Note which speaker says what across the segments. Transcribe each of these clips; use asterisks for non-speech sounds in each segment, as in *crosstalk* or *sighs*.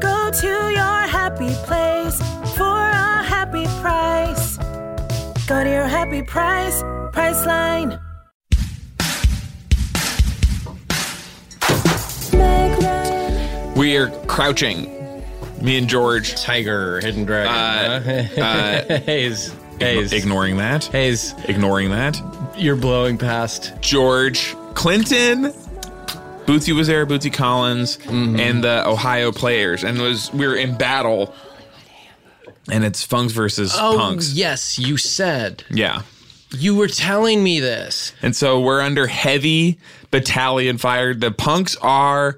Speaker 1: Go to your happy place for a happy price. Go to your happy price, Priceline.
Speaker 2: We are crouching. Me and George
Speaker 3: Tiger, Hidden Dragon.
Speaker 2: Uh,
Speaker 3: huh? *laughs* Hayes, Hayes,
Speaker 2: ignoring that.
Speaker 3: Hayes,
Speaker 2: Ignoring that.
Speaker 3: you're blowing past.
Speaker 2: George Clinton. Mm-hmm. Bootsy was there, Bootsy Collins, and the Ohio players. And it was we were in battle. And it's Funks versus Punks.
Speaker 3: Oh, yes, you said
Speaker 2: Oh, Yeah.
Speaker 3: you were telling me this.
Speaker 2: And so we're under heavy battalion fire. The punks are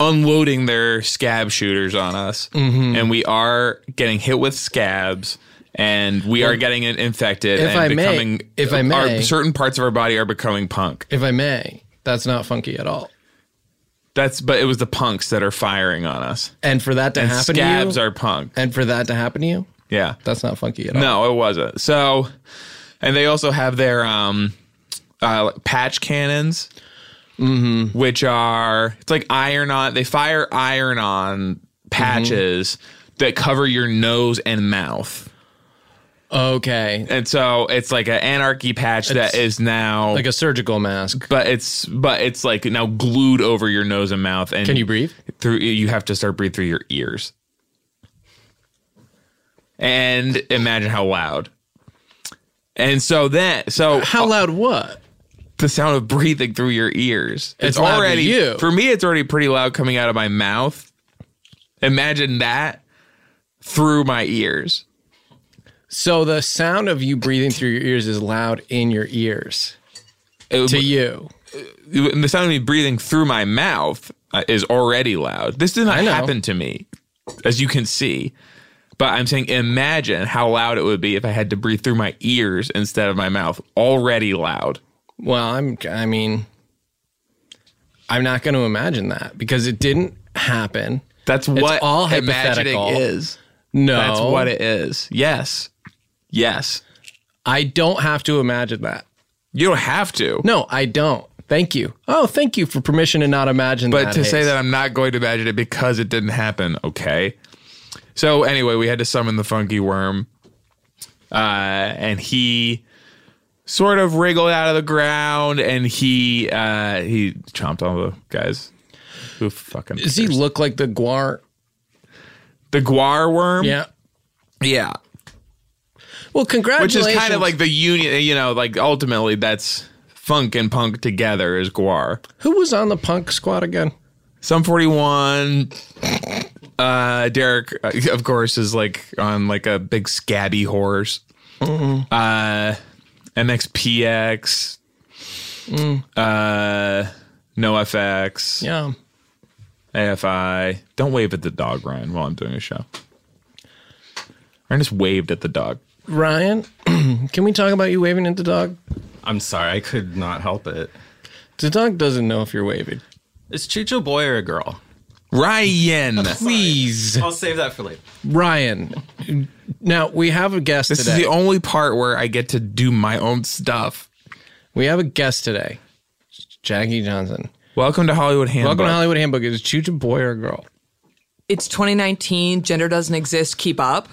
Speaker 2: unloading their scab shooters on us,
Speaker 3: Mm-hmm.
Speaker 2: and we are getting hit with scabs, and we are getting it infected.
Speaker 3: if
Speaker 2: and
Speaker 3: I may-
Speaker 2: becoming,
Speaker 3: if I may-
Speaker 2: our, certain parts of our body are becoming punk.
Speaker 3: If I may, that's not funky at all.
Speaker 2: That's but it was the punks that are firing on us,
Speaker 3: And for that to
Speaker 2: and
Speaker 3: happen,
Speaker 2: scabs
Speaker 3: to you,
Speaker 2: are punk.
Speaker 3: and for that to happen to you,
Speaker 2: yeah,
Speaker 3: that's not funky at all.
Speaker 2: no, it wasn't. So, and they also have their um, uh, like patch cannons, which are it's like iron on. They fire iron on patches that cover your nose and mouth,
Speaker 3: Okay,
Speaker 2: and so it's like an anarchy patch that is now
Speaker 3: like a surgical mask.
Speaker 2: but it's but it's like now glued over your nose and mouth. And
Speaker 3: Can you breathe?
Speaker 2: through? You have to start breathing through your ears. And imagine how loud. And so that so
Speaker 3: How loud? What?
Speaker 2: the sound of breathing through your ears.
Speaker 3: It's loud to
Speaker 2: already
Speaker 3: you.
Speaker 2: for me. It's already pretty loud coming out of my mouth. Imagine that through my ears.
Speaker 3: So the sound of you breathing through your ears is loud in your ears
Speaker 2: It would-
Speaker 3: to you.
Speaker 2: the sound of me breathing through my mouth uh, is already loud. This did not
Speaker 3: I know.
Speaker 2: happen to me, as you can see. But I'm saying, imagine how loud it would be if I had to breathe through my ears instead of my mouth. Already loud.
Speaker 3: Well, I'm. I mean, I'm not going to imagine that because it didn't happen.
Speaker 2: That's what
Speaker 3: all
Speaker 2: imagining
Speaker 3: hypothetical.
Speaker 2: is.
Speaker 3: No,
Speaker 2: That's what it is. Yes. Yes.
Speaker 3: I don't have to imagine that.
Speaker 2: You don't have to.
Speaker 3: No, I don't. Thank you. Oh, thank you for permission to not imagine
Speaker 2: But
Speaker 3: that.
Speaker 2: to say
Speaker 3: Hayes.
Speaker 2: that I'm not going to imagine it because it didn't happen, okay. So anyway, we had to summon the funky worm. Uh, and he sort of wriggled out of the ground and he uh, he chomped all the guys. Who fucking
Speaker 3: does he look like the guar?
Speaker 2: the guar worm?
Speaker 3: Yeah.
Speaker 2: Yeah.
Speaker 3: Well,
Speaker 2: Which
Speaker 3: congratulations.
Speaker 2: is kind of like the union you know, like ultimately that's funk and punk together is guar.
Speaker 3: who was on the punk squad again?
Speaker 2: Some 41 uh Derek uh, of course is like on like a big scabby horse.
Speaker 3: Mm-hmm.
Speaker 2: Uh MXPX uh NoFX
Speaker 3: Mm. Yeah.
Speaker 2: AFI. Don't wave at the dog Ryan while I'm doing a show. Ryan just waved at the dog.
Speaker 3: Ryan, *clears throat* can we talk about you waving at the dog?
Speaker 4: I'm sorry, I could not help it.
Speaker 3: The dog doesn't know if you're waving.
Speaker 4: Is Chicho a boy or a girl?
Speaker 2: Ryan.
Speaker 3: Please,
Speaker 4: I'll save that for later.
Speaker 3: Ryan. Now we have a guest
Speaker 2: This is
Speaker 3: today.
Speaker 2: the only part where I get to do my own stuff.
Speaker 3: we have a guest today, Jackie Johnson.
Speaker 2: Welcome to Hollywood Handbook.
Speaker 3: Welcome to Hollywood Handbook. Is Chooch a boy or a girl?
Speaker 5: It's 2019. Gender doesn't exist. Keep up.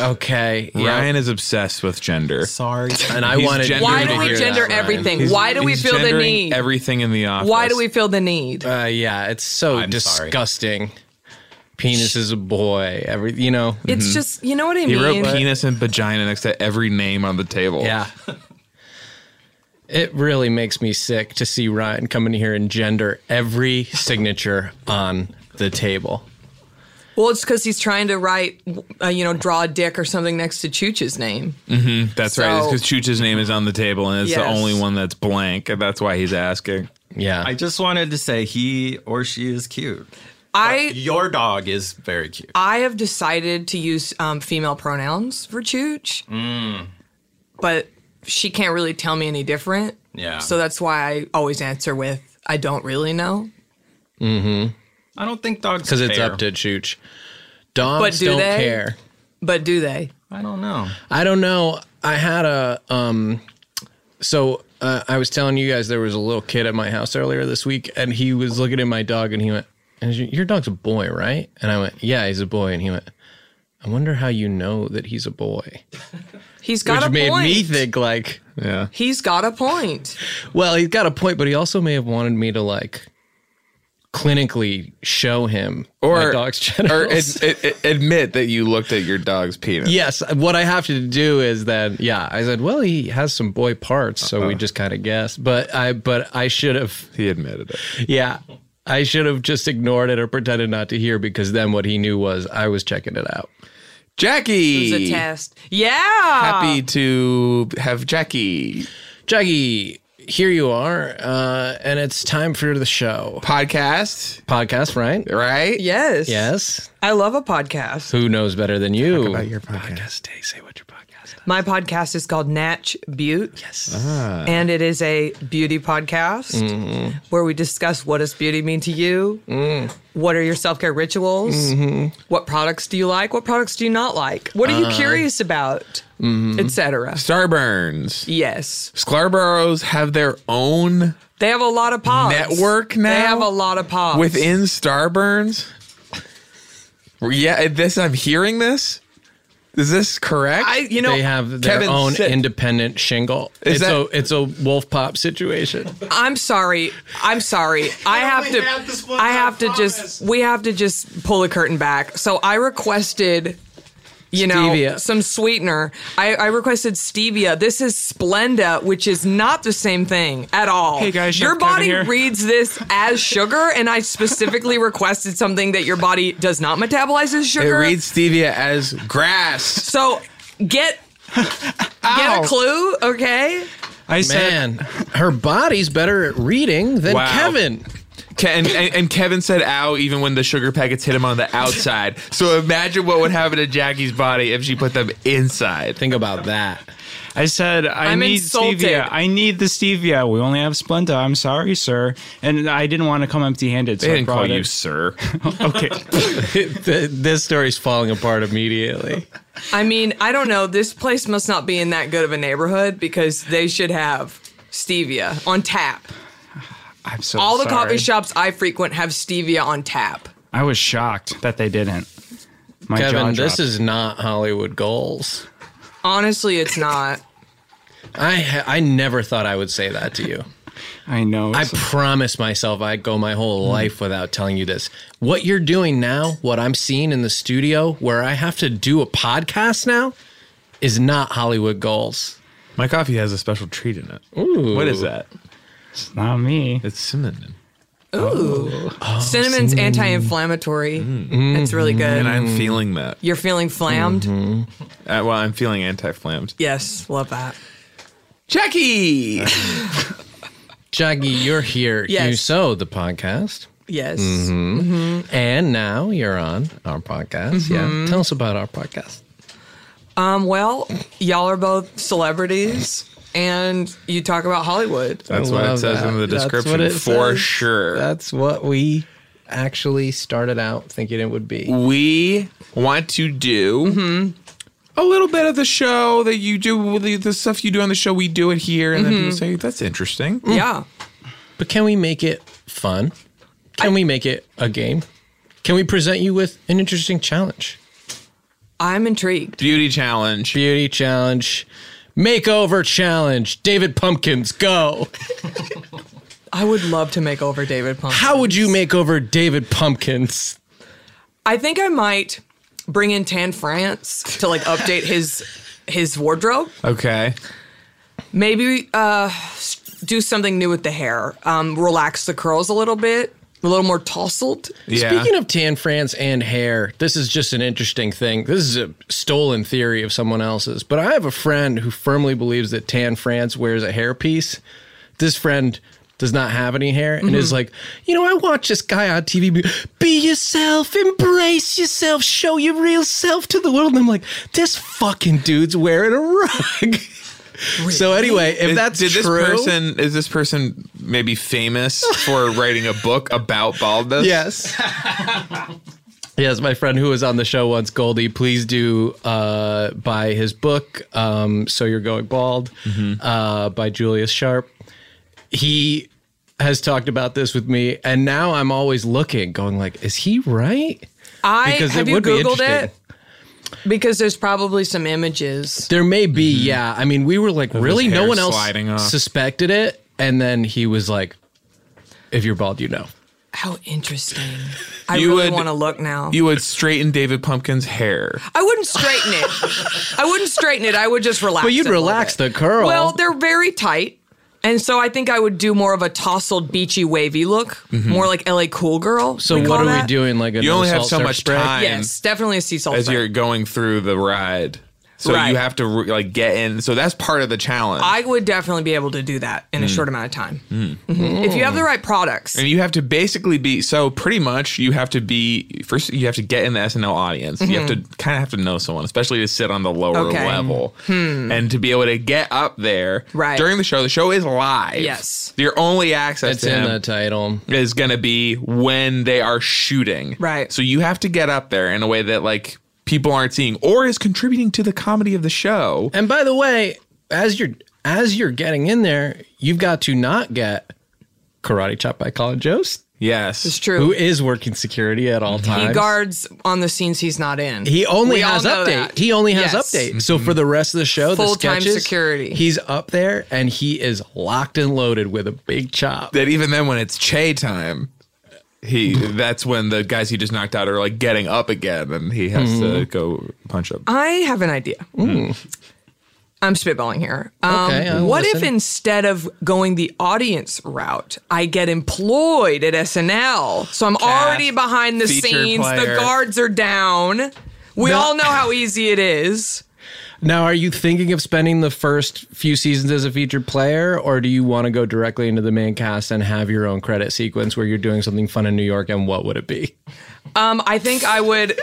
Speaker 3: Okay, yeah.
Speaker 2: Ryan is obsessed with gender.
Speaker 4: Sorry.
Speaker 3: And I
Speaker 2: He's
Speaker 3: wanted.
Speaker 2: gender-
Speaker 5: Why
Speaker 2: to
Speaker 5: do we
Speaker 2: hear
Speaker 5: gender
Speaker 3: that, Ryan.
Speaker 5: everything?
Speaker 2: He's-
Speaker 5: Why do we
Speaker 2: he's
Speaker 5: feel the
Speaker 2: gendering
Speaker 5: need?
Speaker 2: Everything in the office.
Speaker 5: Why do we feel the need?
Speaker 3: Uh, yeah, it's so
Speaker 4: I'm sorry.
Speaker 3: disgusting. Penis is a boy. Every you know.
Speaker 5: It's just, you know what I
Speaker 2: He
Speaker 5: mean?
Speaker 2: wrote penis and vagina next to every name on the table.
Speaker 3: Yeah. It really makes me sick to see Ryan come in here and gender every signature on the table.
Speaker 5: Well, it's because he's trying to write, uh, you know, draw a dick or something next to Chooch's name.
Speaker 2: that's right.
Speaker 5: So-
Speaker 2: Because Chooch's name is on the table, and it's the
Speaker 5: Yes.
Speaker 2: only one that's blank, and that's why he's asking.
Speaker 3: Yeah.
Speaker 4: I just wanted to say he or she is cute.
Speaker 5: I
Speaker 4: Your dog is very cute.
Speaker 5: I have decided to use um, female pronouns for Chooch, but she can't really tell me any different.
Speaker 4: Yeah.
Speaker 5: So that's why I always answer with I don't really know.
Speaker 4: I don't think dogs
Speaker 3: because it's
Speaker 4: care.
Speaker 3: up to Chooch. Dogs
Speaker 5: But do
Speaker 3: not
Speaker 5: they?
Speaker 3: care.
Speaker 5: But do they?
Speaker 4: I don't know.
Speaker 3: I don't know. I had a um so uh, I was telling you guys there was a little kid at my house earlier this week and he was looking at my dog and he went, "Is your- "Your dog's a boy, right?" And I went, "Yeah, he's a boy." And he went, "I wonder how you know that he's a boy."
Speaker 5: He's got
Speaker 3: Which
Speaker 5: a
Speaker 3: made
Speaker 5: point.
Speaker 3: me think like,
Speaker 2: Yeah.
Speaker 5: He's got a point.
Speaker 3: well, he's got a point, but he also may have wanted me to like clinically show him my
Speaker 2: Or
Speaker 3: dog's
Speaker 2: *laughs*
Speaker 3: *laughs*
Speaker 2: or ad,
Speaker 3: genitals.
Speaker 2: ad- admit that you looked at your dog's penis.
Speaker 3: Yes, what I have to do is then, yeah, I said, well, he has some boy parts, so we just kind of guessed. But I, but I should have,
Speaker 2: He admitted it.
Speaker 3: yeah, I should have just ignored it or pretended not to hear because then what he knew was I was checking it out.
Speaker 2: Jackie.
Speaker 5: It's a test. Yeah.
Speaker 2: Happy to have Jackie.
Speaker 3: Jackie, here you are, uh, and it's time for the show
Speaker 2: Podcast,
Speaker 3: podcast, right?
Speaker 2: right?
Speaker 5: Yes.
Speaker 3: Yes.
Speaker 5: I love a podcast.
Speaker 3: Who knows better than you?
Speaker 2: About your podcast.
Speaker 3: Stay, say what your podcast. is.
Speaker 5: My podcast is called Natch Butte. Ah.
Speaker 3: Yes.
Speaker 5: And it is a beauty podcast where we discuss what does beauty mean to you? What are your self care rituals? What products do you like? What products do you not like? What are you curious about? Etc.
Speaker 2: Starburns.
Speaker 5: Yes.
Speaker 2: Scarboroughs have their own
Speaker 5: They have a lot of pods.
Speaker 2: network now.
Speaker 5: They have a lot of pods.
Speaker 2: within Starburns. Yeah, this I'm hearing this. Is this correct?
Speaker 5: I you know
Speaker 3: they have their
Speaker 2: Kevin
Speaker 3: own
Speaker 2: said-
Speaker 3: independent shingle.
Speaker 2: Is
Speaker 3: it's
Speaker 2: that-
Speaker 3: a it's a wolf pop situation.
Speaker 5: I'm sorry.
Speaker 4: *laughs*
Speaker 5: I'm sorry. I have
Speaker 4: only
Speaker 5: to.
Speaker 4: have this one
Speaker 5: I
Speaker 4: time,
Speaker 5: have to
Speaker 4: promise.
Speaker 5: just. We have to just pull the curtain back. So I requested, you know,
Speaker 3: Stevia.
Speaker 5: some sweetener. I, I requested stevia. This is Splenda, which is not the same thing at all.
Speaker 4: Hey, guys,
Speaker 5: your
Speaker 4: Chef Kevin
Speaker 5: body
Speaker 4: here.
Speaker 5: reads this as sugar, and I specifically requested something that your body does not metabolize as
Speaker 2: it
Speaker 5: sugar.
Speaker 2: reads stevia as grass.
Speaker 5: so get. Get
Speaker 2: Ow.
Speaker 5: a clue, okay?
Speaker 4: I
Speaker 3: Man, her body's better at readden than
Speaker 2: Wow.
Speaker 3: Kevin.
Speaker 2: Ke- And, and, and Kevin said "ow" even when the sugar packets hit him on the
Speaker 3: *laughs*
Speaker 2: outside. so imagine what would happen to Jackie's body if she put them inside.
Speaker 3: Think about that.
Speaker 6: I said, I
Speaker 5: I'm
Speaker 6: need
Speaker 5: insulted.
Speaker 6: stevia. I need the stevia. We only have Splenda. I'm sorry, sir. And I didn't want to come empty handed. So
Speaker 2: They
Speaker 6: I
Speaker 2: didn't
Speaker 6: brought
Speaker 2: call
Speaker 6: it.
Speaker 2: you sir.
Speaker 6: *laughs* okay.
Speaker 3: Th- *laughs* this story's falling apart immediately.
Speaker 5: I mean, I don't know. This place must not be in that good of a neighborhood because they should have stevia on tap.
Speaker 6: I'm so
Speaker 5: All the
Speaker 6: sorry.
Speaker 5: coffee shops I frequent have stevia on tap.
Speaker 6: I was shocked that they didn't. My
Speaker 3: *laughs*
Speaker 6: jaw
Speaker 3: Kevin, this
Speaker 6: dropped.
Speaker 3: is not Hollywood goals.
Speaker 5: Honestly, it's not.
Speaker 3: I ha- I never thought I would say that to you.
Speaker 6: I know.
Speaker 3: I
Speaker 6: it's-
Speaker 3: promise myself I'd go my whole life without telling you this. What you're doing now, what I'm seeing in the studio, where I have to do a podcast now, is not Hollywood goals.
Speaker 2: My coffee has a special treat in it.
Speaker 3: Ooh.
Speaker 2: What is that?
Speaker 6: it's not me.
Speaker 2: It's cinnamon.
Speaker 5: Cinnamon's anti-inflammatory. It's really good.
Speaker 2: And I'm
Speaker 3: Mm.
Speaker 2: feeling that.
Speaker 5: You're feeling flammed?
Speaker 2: Uh, well, I'm feeling anti-flammed.
Speaker 5: Yes, love that.
Speaker 2: Jackie.
Speaker 3: Jaggy, you're here.
Speaker 5: Yes.
Speaker 3: You so the podcast.
Speaker 5: Yes.
Speaker 3: And now you're on our podcast.
Speaker 2: Mm-hmm.
Speaker 3: Yeah. Tell us about our podcast.
Speaker 5: Um, well, y'all are both celebrities and you talk about Hollywood.
Speaker 2: That's
Speaker 3: I
Speaker 2: what it
Speaker 3: love
Speaker 2: says in the
Speaker 3: That's
Speaker 2: description,
Speaker 3: what it
Speaker 2: for
Speaker 3: says.
Speaker 2: sure.
Speaker 3: That's what we actually started out thinking it would be.
Speaker 2: we want to do a little bit of the show that you do, the, the stuff you do on the show, we do it here. And then people say, that's interesting.
Speaker 5: Yeah.
Speaker 3: But can we make it fun? Can we make it a game? Can we present you with an interesting challenge?
Speaker 5: I'm intrigued.
Speaker 2: Beauty challenge.
Speaker 3: Beauty challenge, makeover challenge. David Pumpkins, go.
Speaker 5: I would love to make over David Punk.
Speaker 3: How would you make over David Pumpkins?
Speaker 5: I think I might bring in Tan France to like update his his wardrobe.
Speaker 2: Okay.
Speaker 5: Maybe uh, s- do something new with the hair. Um, relax the curls a little bit, a little more tousled.
Speaker 2: Yeah.
Speaker 3: Speaking of tan France and hair, this is just an interesting thing. This is a stolen theory of someone else's, but I have a friend who firmly believes that tan France wears a hairpiece. This friend does not have any hair and
Speaker 2: Mm-hmm.
Speaker 3: is like, you know, I watch this guy on TV be, be yourself, embrace yourself, show your real self to the world. And I'm like, this fucking dude's wearing a rug. *laughs* So anyway, if
Speaker 2: Is-
Speaker 3: that's
Speaker 2: did this
Speaker 3: true,
Speaker 2: person is this person maybe famous for writing a book about baldness?
Speaker 3: Yes. *laughs* yes, my friend who was on the show once, Goldie, please do uh, buy his book, um, So You're Going Bald,
Speaker 2: Mm-hmm.
Speaker 3: uh, by Julius Sharp. He has talked about this with me, and now I'm always looking, going like, is he right?
Speaker 5: I
Speaker 3: Because
Speaker 5: have
Speaker 3: it
Speaker 5: you
Speaker 3: would be
Speaker 5: googled it
Speaker 3: interesting.
Speaker 5: because there's probably some images.
Speaker 3: There may be, yeah. I mean, we were like, really?
Speaker 2: Mm-hmm.
Speaker 3: No
Speaker 2: hair
Speaker 3: one else
Speaker 2: sliding off.
Speaker 3: suspected it. And then he was like, if you're bald, you know.
Speaker 5: How interesting! I
Speaker 2: You
Speaker 5: really
Speaker 2: would-
Speaker 5: want to look now.
Speaker 2: You would straighten David Pumpkin's hair.
Speaker 5: I wouldn't straighten it. I wouldn't straighten it. I would just relax.
Speaker 3: But you'd
Speaker 5: it a little
Speaker 3: relax
Speaker 5: bit.
Speaker 3: the curl.
Speaker 5: Well, they're very tight. And so I think I would do more of a tousled, beachy, wavy look, more like LA Cool Girl.
Speaker 3: Mm-hmm. So
Speaker 5: we
Speaker 3: what
Speaker 5: call
Speaker 3: are we
Speaker 5: that.
Speaker 3: doing? Like a
Speaker 2: You
Speaker 3: no
Speaker 2: only have
Speaker 3: salt
Speaker 2: so
Speaker 3: surf
Speaker 2: much
Speaker 3: spray?
Speaker 2: time
Speaker 5: Yes, definitely a sea salt.
Speaker 2: as
Speaker 5: spray.
Speaker 2: you're going through the ride. So
Speaker 5: Right.
Speaker 2: you have to re- like get in. So that's part of the challenge.
Speaker 5: I would definitely be able to do that in
Speaker 3: Mm.
Speaker 5: a short amount of time. Mhm. If you have the right products.
Speaker 2: and you have to basically be so pretty much you have to be first you have to get in the SNL audience. You have to kind of have to know someone, especially to sit on the lower
Speaker 5: Mm-hmm. Okay. Hmm.
Speaker 2: level and to be able to get up there
Speaker 5: Right.
Speaker 2: during the show. The show is live.
Speaker 5: Yes.
Speaker 2: Your only access
Speaker 3: It's
Speaker 2: to
Speaker 3: in
Speaker 2: him
Speaker 3: the title.
Speaker 2: is going to be when they are shooting.
Speaker 5: Right.
Speaker 2: So you have to get up there in a way that like people aren't seeing or is contributing to the comedy of the show.
Speaker 3: And by the way, as you're as you're getting in there, you've got to not get karate chop by Colin Jost,
Speaker 2: Yes.
Speaker 5: It's true.
Speaker 3: who is working security at all times.
Speaker 5: he guards on the scenes he's not in.
Speaker 3: He only
Speaker 5: We all
Speaker 3: has
Speaker 5: know
Speaker 3: update.
Speaker 5: that.
Speaker 3: He only has
Speaker 5: Yes.
Speaker 3: update. So for the rest of the show, the
Speaker 5: Full-time
Speaker 3: sketches,
Speaker 5: security.
Speaker 3: He's up there and he is locked and loaded with a big chop.
Speaker 2: that even then when it's Che time, he that's when the guys he just knocked out are like getting up again and he has to go punch up.
Speaker 5: I have an idea. I'm spitballing here. Um,
Speaker 3: Mm. Okay, I'll
Speaker 5: what if
Speaker 3: listen.
Speaker 5: instead of going the audience route, I get employed at SNL? So I'm already behind the
Speaker 2: feature
Speaker 5: scenes. The
Speaker 2: player.
Speaker 5: guards are down. We
Speaker 3: No.
Speaker 5: all know how easy it is.
Speaker 3: Now, are you thinking of spending the first few seasons as a featured player, or do you want to go directly into the main cast and have your own credit sequence where you're doing something fun in New York? And what would it be?
Speaker 5: Um, I think I would.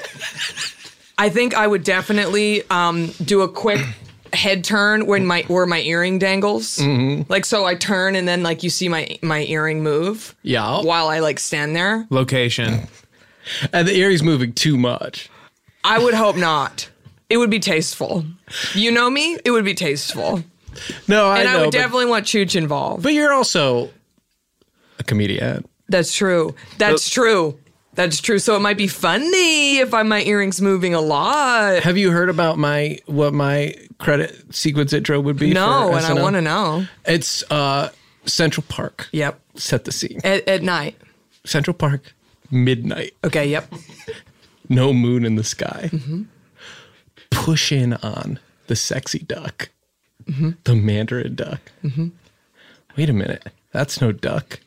Speaker 5: I think I would definitely um, do a quick head turn when my where my earring dangles.
Speaker 3: Mm-hmm.
Speaker 5: Like so, I turn and then like you see my my earring move.
Speaker 3: Yeah.
Speaker 5: While I like stand there,
Speaker 2: Location.
Speaker 3: And the earring's moving too much.
Speaker 5: I would hope not. It would be tasteful. You know me. It would be tasteful,
Speaker 3: No, I
Speaker 5: and I,
Speaker 3: know.
Speaker 5: would
Speaker 3: but-
Speaker 5: definitely want Chooch involved.
Speaker 3: But you're also a comedian.
Speaker 5: That's true. That's true. That's true. So it might be funny if I my earrings moving a lot.
Speaker 3: Have you heard about my what my credit sequence intro would be?
Speaker 5: No,
Speaker 3: for
Speaker 5: and I
Speaker 3: SNL?
Speaker 5: want to know.
Speaker 3: It's uh, Central Park.
Speaker 5: Yep.
Speaker 3: Set the scene.
Speaker 5: At, at night.
Speaker 3: Central Park, midnight,
Speaker 5: Okay. Yep.
Speaker 3: no moon in the sky. Push in on the sexy duck, the Mandarin duck. Wait a minute, that's no duck.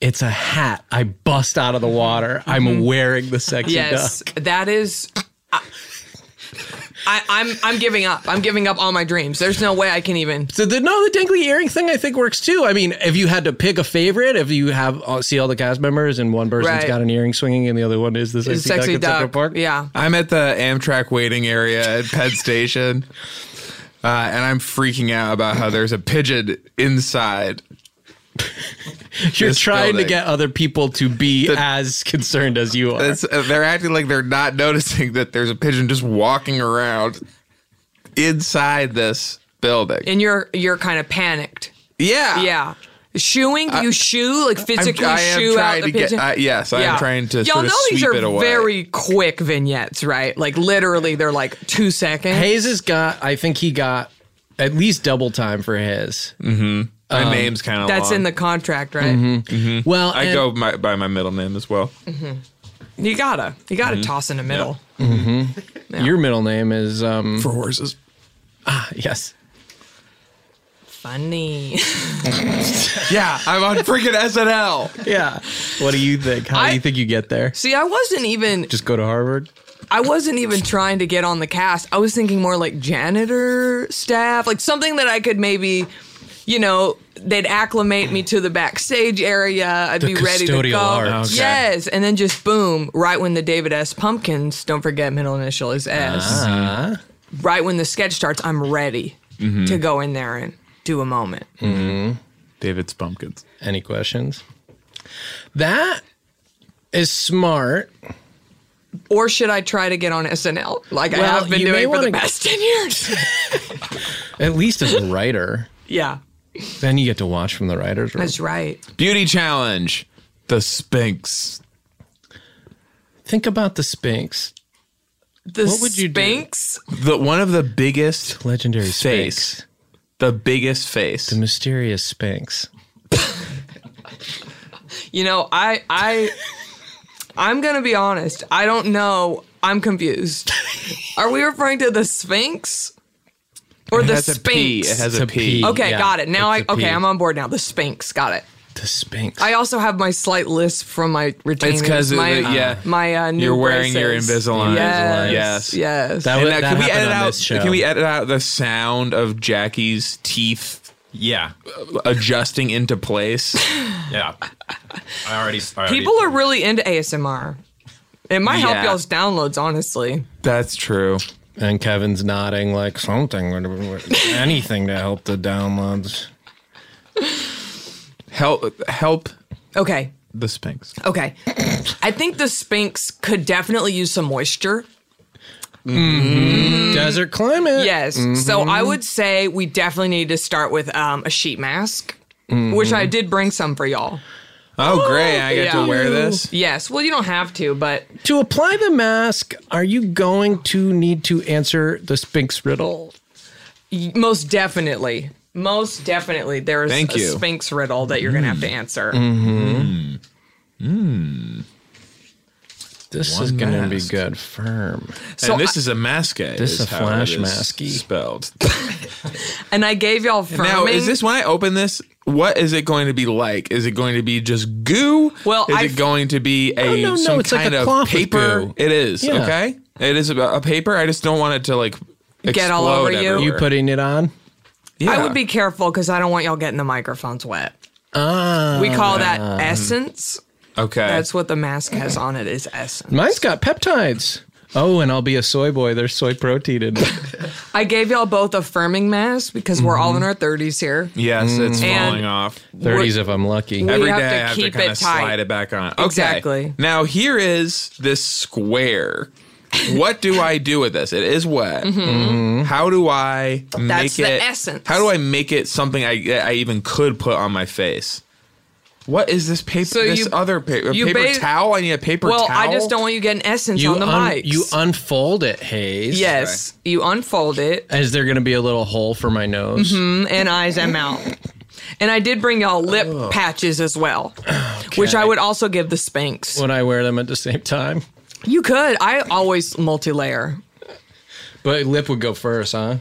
Speaker 3: It's a hat. I bust out of the water. I'm wearing the sexy
Speaker 5: Mm-hmm. Yes,
Speaker 3: duck.
Speaker 5: that is. I, I, I'm I'm giving up. I'm giving up all my dreams. There's no way I can even.
Speaker 3: So the no, the dangly earring thing I think works too. I mean, if you had to pick a favorite, if you have uh, see all the cast members and one person's
Speaker 5: Right.
Speaker 3: got an earring swinging and the other one is the sexy,
Speaker 5: sexy
Speaker 3: duck, at Central
Speaker 5: duck.
Speaker 3: Park.
Speaker 5: Yeah.
Speaker 2: I'm at the Amtrak waiting area at Penn Station. Uh, and I'm freaking out about how there's a pigeon inside.
Speaker 3: You're
Speaker 2: This
Speaker 3: trying
Speaker 2: building.
Speaker 3: to get other people to be
Speaker 2: The-
Speaker 3: as concerned as you are.
Speaker 2: It's, uh, they're acting like they're not noticing that there's a pigeon just walking around inside this building.
Speaker 5: And you're you're kind of panicked.
Speaker 2: yeah.
Speaker 5: Yeah. Shoeing, you shoe like physically
Speaker 2: I am
Speaker 5: shoe out
Speaker 2: trying
Speaker 5: the
Speaker 2: to get-
Speaker 5: pigeon.
Speaker 2: I- yes, I am trying to
Speaker 5: Y'all
Speaker 2: sort of
Speaker 5: know these
Speaker 2: sweep
Speaker 5: are
Speaker 2: it away.
Speaker 5: very quick vignettes, right? Like literally, they're like two seconds.
Speaker 3: Hayes has got. I think he got at least double time for his.
Speaker 2: My name's kind of
Speaker 5: um, That's in the contract, right?
Speaker 2: Mm-hmm.
Speaker 3: Well,
Speaker 2: I
Speaker 3: and-
Speaker 2: go my, by my middle name as well.
Speaker 5: You gotta
Speaker 2: Mm-hmm.
Speaker 5: you gotta toss in the middle.
Speaker 3: Your middle name is um. Ah,
Speaker 2: For horses.
Speaker 3: yes.
Speaker 5: Funny. *laughs*
Speaker 2: Yeah, I'm on freaking SNL.
Speaker 3: Yeah. What do you think? How
Speaker 5: I-
Speaker 3: do you think you get there?
Speaker 5: See, I wasn't even
Speaker 3: Just go to Harvard.
Speaker 5: I wasn't even trying to get on the cast. I was thinking more like janitor staff, like something that I could maybe, you know, they'd acclimate me to the backstage area. I'd
Speaker 3: The
Speaker 5: be ready to
Speaker 3: custodial
Speaker 5: go.
Speaker 3: arts. Okay.
Speaker 5: Yes, and then just boom, right when the David S. Pumpkins, don't forget middle initial is S.
Speaker 3: Uh-huh.
Speaker 5: Right when the sketch starts, I'm ready
Speaker 3: Mm-hmm.
Speaker 5: to go in there and do a moment.
Speaker 2: David's pumpkins.
Speaker 3: Any questions? That is smart.
Speaker 5: Or should I try to get on SNL like I
Speaker 3: Well,
Speaker 5: have been
Speaker 3: you may
Speaker 5: doing for
Speaker 3: wanna-
Speaker 5: the past *laughs* ten years?
Speaker 3: At least as *laughs* a writer,
Speaker 5: yeah,
Speaker 3: then you get to watch from the writers' room.
Speaker 5: that's right.
Speaker 2: Beauty challenge. The Sphinx.
Speaker 3: Think about the Sphinx,
Speaker 5: The
Speaker 3: What would you do?
Speaker 5: Sphinx.
Speaker 2: The one of the biggest
Speaker 3: legendary
Speaker 2: Face.
Speaker 3: Sphinx,
Speaker 2: the biggest face.
Speaker 3: the mysterious Sphinx.
Speaker 5: You know, I I I'm gonna be honest. I don't know. I'm confused. Are we referring to the Sphinx or the
Speaker 2: has a P.
Speaker 5: Sphinx?
Speaker 2: It has
Speaker 3: It's
Speaker 2: a
Speaker 3: a
Speaker 2: P.
Speaker 3: P.
Speaker 5: okay,
Speaker 3: yeah,
Speaker 5: got it. Now I
Speaker 3: it's a
Speaker 5: okay.
Speaker 3: P.
Speaker 5: I'm on board now. The Sphinx. Got it.
Speaker 3: The Sphinx.
Speaker 5: I also have my slight lisp from my retainers.
Speaker 2: It's 'cause of
Speaker 5: my,
Speaker 2: the- yeah.
Speaker 5: my uh, new
Speaker 2: You're wearing your
Speaker 5: braces.
Speaker 2: Invisalign.
Speaker 5: Yes,
Speaker 2: Yes.
Speaker 5: yes.
Speaker 3: That
Speaker 2: And
Speaker 3: would-
Speaker 2: now,
Speaker 3: that
Speaker 2: can we
Speaker 3: happened
Speaker 2: edit
Speaker 3: on
Speaker 2: out?
Speaker 3: this show.
Speaker 2: Can we edit out the sound of Jackie's teeth
Speaker 4: Yeah.
Speaker 2: adjusting into place?
Speaker 4: Yeah. I already. I already
Speaker 5: People are really into ASMR. It might help
Speaker 2: Yeah.
Speaker 5: y'all's downloads, honestly.
Speaker 2: That's true.
Speaker 3: and Kevin's nodding like something, anything to help the downloads.
Speaker 2: Help, help
Speaker 5: Okay,
Speaker 2: the Sphinx.
Speaker 5: Okay. *coughs* I think the Sphinx could definitely use some moisture.
Speaker 3: Desert climate.
Speaker 5: Yes. So I
Speaker 2: Mm-hmm.
Speaker 5: would say we definitely need to start with um, a sheet mask, which I did bring some for y'all.
Speaker 2: Oh, Mm-hmm. great! I get
Speaker 5: yeah.
Speaker 2: to wear this.
Speaker 5: Yes. Well, you don't have to, but
Speaker 3: To apply the mask, are you going to need to answer the Sphinx riddle?
Speaker 5: y- most definitely, most definitely, there is
Speaker 2: Thank
Speaker 5: a
Speaker 2: you. Mm. Mm-hmm.
Speaker 5: Sphinx riddle that you're going to have to answer.
Speaker 3: This
Speaker 2: One
Speaker 3: is going to be
Speaker 2: mask.
Speaker 3: good. Firm.
Speaker 2: and this is a mask.
Speaker 3: This is a flash masky.
Speaker 2: spelled.
Speaker 5: And I gave y'all firming.
Speaker 2: Now, is this when I open this? What is it going to be like? Is it going to be just goo?
Speaker 5: Well,
Speaker 2: is
Speaker 5: I-
Speaker 2: it going to be a
Speaker 3: Oh, no, no,
Speaker 2: some
Speaker 3: it's like
Speaker 2: kind
Speaker 3: a
Speaker 2: of
Speaker 3: cloth with
Speaker 2: paper?
Speaker 3: goo.
Speaker 2: It is
Speaker 3: Yeah.
Speaker 2: okay. It is a, a paper. I just don't want it to like
Speaker 5: Get all
Speaker 2: explode
Speaker 5: over you.
Speaker 2: everywhere.
Speaker 3: You putting it on?
Speaker 5: I
Speaker 2: Yeah.
Speaker 5: would be careful because I don't want y'all getting the microphones wet.
Speaker 3: Ah.
Speaker 5: We call that essence.
Speaker 2: okay.
Speaker 5: That's what the mask has on it is essence.
Speaker 3: Mine's got peptides. Oh, and I'll be a soy boy. There's soy protein
Speaker 5: *laughs*
Speaker 3: in it.
Speaker 5: I gave y'all both a firming mask because we're
Speaker 2: Mm-hmm.
Speaker 5: all in our 30s here.
Speaker 2: yes, it's
Speaker 3: Mm.
Speaker 5: And-
Speaker 2: falling off.
Speaker 3: 30s if I'm lucky.
Speaker 5: We
Speaker 2: Every day
Speaker 5: have to
Speaker 2: I have
Speaker 5: keep
Speaker 2: to kind
Speaker 5: it
Speaker 2: of
Speaker 5: tight.
Speaker 2: slide it back on. Okay.
Speaker 5: Exactly.
Speaker 2: Now here is this square. what do I do with this? It is wet. Mm-hmm. How do I make
Speaker 5: Mm-hmm. That's
Speaker 2: it?
Speaker 5: the essence.
Speaker 2: How do I make it something I I even could put on my face? What is this paper?
Speaker 5: So
Speaker 2: this
Speaker 5: you-
Speaker 2: other paper,
Speaker 5: you
Speaker 2: paper
Speaker 5: ba-
Speaker 2: towel. I need a paper
Speaker 5: Well,
Speaker 2: towel.
Speaker 5: I just don't want you getting essence
Speaker 3: You,
Speaker 5: on the
Speaker 3: un-
Speaker 5: mics.
Speaker 3: you unfold it, Hayes.
Speaker 5: yes, you unfold it
Speaker 3: Is there going to be a little hole for my nose?
Speaker 5: and eyes and mouth. And I did bring y'all lip
Speaker 2: Oh.
Speaker 5: patches as well,
Speaker 2: *sighs*
Speaker 5: which I would also give the Spanx.
Speaker 3: Would I wear them at the same time?
Speaker 5: You could. I always multi-layer.
Speaker 3: But lip would go first, huh?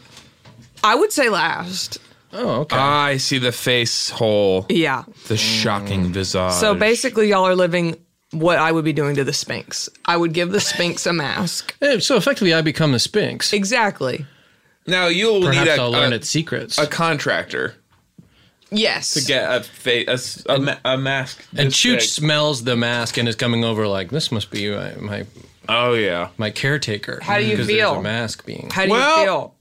Speaker 5: I would say last.
Speaker 3: Oh, okay.
Speaker 2: I see the face hole.
Speaker 5: Yeah.
Speaker 2: The shocking
Speaker 3: Mm.
Speaker 2: visage.
Speaker 5: So basically, y'all are living what I would be doing to the Sphinx. I would give the Sphinx
Speaker 2: *laughs*
Speaker 5: a mask.
Speaker 3: Eh, so effectively, I become the Sphinx.
Speaker 5: Exactly.
Speaker 2: now you'll
Speaker 3: Perhaps
Speaker 2: need a,
Speaker 3: I'll learn
Speaker 2: a,
Speaker 3: its secrets.
Speaker 2: a contractor
Speaker 5: Yes.
Speaker 2: to get a face, a s- a, ma- a mask.
Speaker 3: and
Speaker 2: this
Speaker 3: Chooch
Speaker 2: big.
Speaker 3: smells the mask and is coming over like, this must be my my,
Speaker 2: Oh yeah.
Speaker 3: my caretaker.
Speaker 5: How do you
Speaker 3: 'Cause there's
Speaker 5: feel?
Speaker 3: a mask being.
Speaker 5: How do
Speaker 2: Well-
Speaker 5: you feel?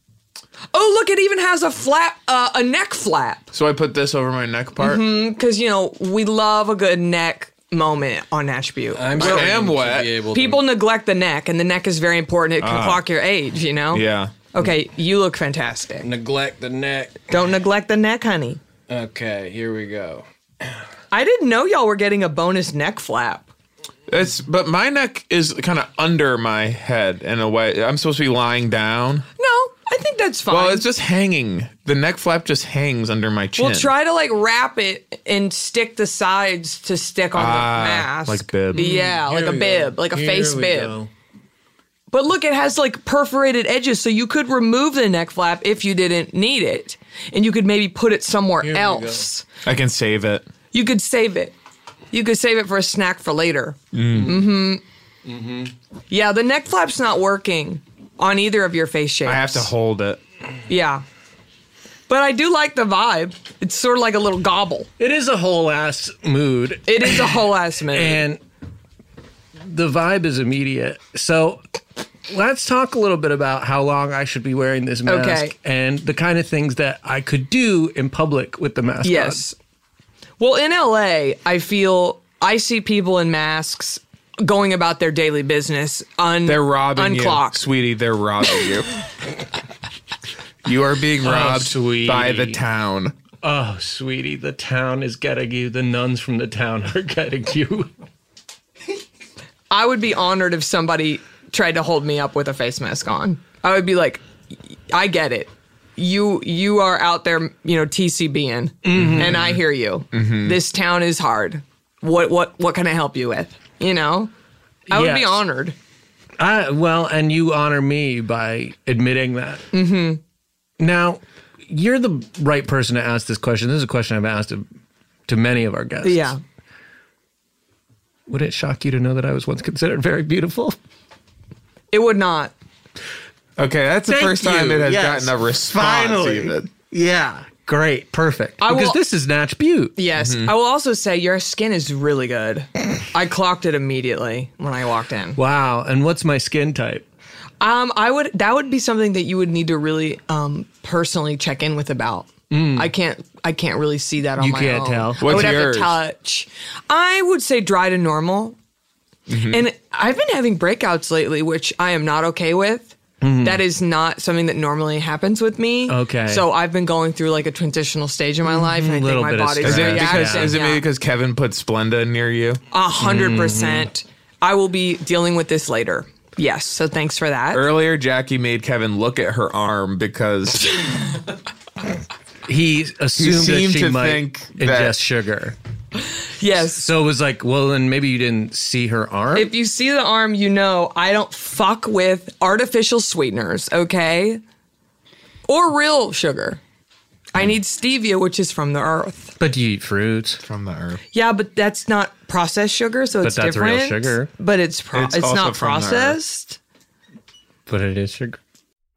Speaker 5: Oh, look! It even has a flap, uh, a neck flap,
Speaker 2: So I put this over my neck part.
Speaker 5: because you know we love a good neck moment on Ashbute.
Speaker 3: I'm
Speaker 2: I
Speaker 3: starting
Speaker 2: am
Speaker 3: to
Speaker 2: wet.
Speaker 3: Be able
Speaker 5: People
Speaker 3: To,
Speaker 5: neglect the neck, and the neck is very important. It can clock your age, you know.
Speaker 2: Ah. Yeah.
Speaker 5: Okay, you look fantastic.
Speaker 3: Neglect the neck.
Speaker 5: Don't neglect the neck, honey.
Speaker 3: Okay, here we go.
Speaker 5: I didn't know y'all were getting a bonus neck flap.
Speaker 2: It's but my neck is kind of under my head in a way. I'm supposed to be lying down.
Speaker 5: No, I think that's fine.
Speaker 2: Well, it's just hanging. The neck flap just hangs under my chin.
Speaker 5: Well, try to like wrap it and stick the sides to stick on
Speaker 2: Ah,
Speaker 5: the mask,
Speaker 2: like bib.
Speaker 5: Yeah, like a bib, like a face bib.
Speaker 3: Go.
Speaker 5: But look, it has like perforated edges, so you could remove the neck flap if you didn't need it, and you could maybe put it somewhere
Speaker 3: we
Speaker 5: else.
Speaker 2: I can save it.
Speaker 5: You could save it. You could save it for a snack for later. Mm. Hmm. Mm-hmm. Yeah, the neck flap's not working on either of your face shapes.
Speaker 2: I have to hold it.
Speaker 5: Yeah. But I do like the vibe. It's sort of like a little gobble.
Speaker 3: It is a whole ass mood,
Speaker 5: It is a whole ass movie.
Speaker 3: and the vibe is immediate. So let's talk a little bit about how long I should be wearing this mask
Speaker 5: Okay.
Speaker 3: and the kind of things that I could do in public with the mask. on.
Speaker 5: Yes. Well, in LA, I feel I see people in masks going about their daily business. Un-
Speaker 7: They're robbing
Speaker 5: unclocked.
Speaker 7: you, sweetie. They're robbing you. you are being robbed
Speaker 3: sweetie.
Speaker 7: by the town.
Speaker 3: Oh, sweetie, the town is getting you. The nuns from the town *laughs* are getting you.
Speaker 5: I would be honored if somebody tried to hold me up with a face mask on. I would be like, I get it. You you are out there, you know, TCBing,
Speaker 7: Mm-hmm.
Speaker 5: and I hear you. This town is hard. What what what can I help you with? You know, I would be
Speaker 3: Yes.
Speaker 5: honored.
Speaker 3: I, well, and you honor me by admitting that. Mm-hmm. Now, you're the right person to ask this question. This is a question I've asked to, to many of our guests.
Speaker 5: Yeah.
Speaker 3: Would it shock you to know that I was once considered very beautiful?
Speaker 5: It would not.
Speaker 7: Okay, that's the
Speaker 3: Thank
Speaker 7: first time
Speaker 3: you.
Speaker 7: it has
Speaker 3: Yes.
Speaker 7: gotten a response.
Speaker 3: Finally.
Speaker 7: Even.
Speaker 3: Yeah. Great. Perfect.
Speaker 5: I
Speaker 3: because
Speaker 5: will-
Speaker 3: this is Natch Butte.
Speaker 5: Yes. I will also say your skin is really good. I clocked it immediately when I walked in.
Speaker 3: Wow. And what's my skin type?
Speaker 5: Um, I would that would be something that you would need to really um personally check in with about. I can't I can't really see that on
Speaker 3: Mm. You
Speaker 5: my
Speaker 3: can't
Speaker 5: own.
Speaker 3: tell.
Speaker 7: What's
Speaker 5: I would
Speaker 7: yours?
Speaker 5: have to touch. I would say dry to normal.
Speaker 3: Mm-hmm.
Speaker 5: And I've been having breakouts lately, which I am not okay with. That is not something that normally happens with me.
Speaker 3: Mm-hmm. Okay. Mm-hmm.
Speaker 5: So I've been going through like a transitional stage in my life, and I think
Speaker 3: little
Speaker 5: my
Speaker 3: bit of
Speaker 5: body's
Speaker 3: stress.
Speaker 7: Is it,
Speaker 5: reacting.
Speaker 7: because, is it
Speaker 5: Yeah.
Speaker 7: maybe because Kevin put Splenda near you?
Speaker 5: A hundred percent. I will be dealing with this later. Yes. So thanks for that.
Speaker 2: Er.
Speaker 7: Earlier, Jackie made Kevin look at her arm because
Speaker 3: He assumed that
Speaker 7: seemed
Speaker 3: she
Speaker 7: to
Speaker 3: might
Speaker 7: think
Speaker 3: ingest
Speaker 7: that-
Speaker 3: sugar.
Speaker 5: Yes.
Speaker 3: So it was like, well, then maybe you didn't see her arm.
Speaker 5: If you see the arm, you know I don't fuck with artificial sweeteners, okay? Or real sugar. I need stevia, which is from the earth.
Speaker 3: but do you eat fruits?
Speaker 7: from the earth.
Speaker 5: Yeah, but that's not processed sugar, so it's
Speaker 3: that's real
Speaker 5: different.
Speaker 3: sugar.
Speaker 5: But it's pro-
Speaker 7: It's
Speaker 5: it's,
Speaker 7: also
Speaker 5: not
Speaker 7: from the earth.
Speaker 5: processed.
Speaker 3: But it is sugar.
Speaker 2: *laughs*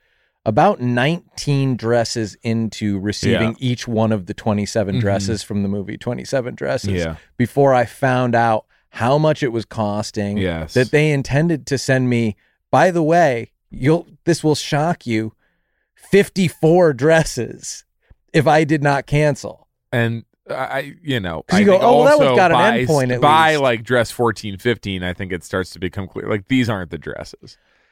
Speaker 8: about 19 dresses into receiving
Speaker 6: Yeah.
Speaker 8: each one of the 27
Speaker 2: Mm-hmm.
Speaker 6: Mhm.
Speaker 8: dresses from the movie 27 Dresses
Speaker 6: Yeah.
Speaker 8: before I found out how much it was costing.
Speaker 6: Yes.
Speaker 8: That they intended to send me, by the way, you'll this will shock you, 54 dresses. if I did not cancel.
Speaker 2: and I, you know,
Speaker 8: 'Cause
Speaker 2: I
Speaker 8: you go,
Speaker 2: think
Speaker 8: "Oh, well, that
Speaker 2: also
Speaker 8: one's got an
Speaker 2: by,
Speaker 8: end point at
Speaker 2: by
Speaker 8: least."
Speaker 2: like dress fourteen, fifteen, I think it starts to become clear. Like these aren't the dresses.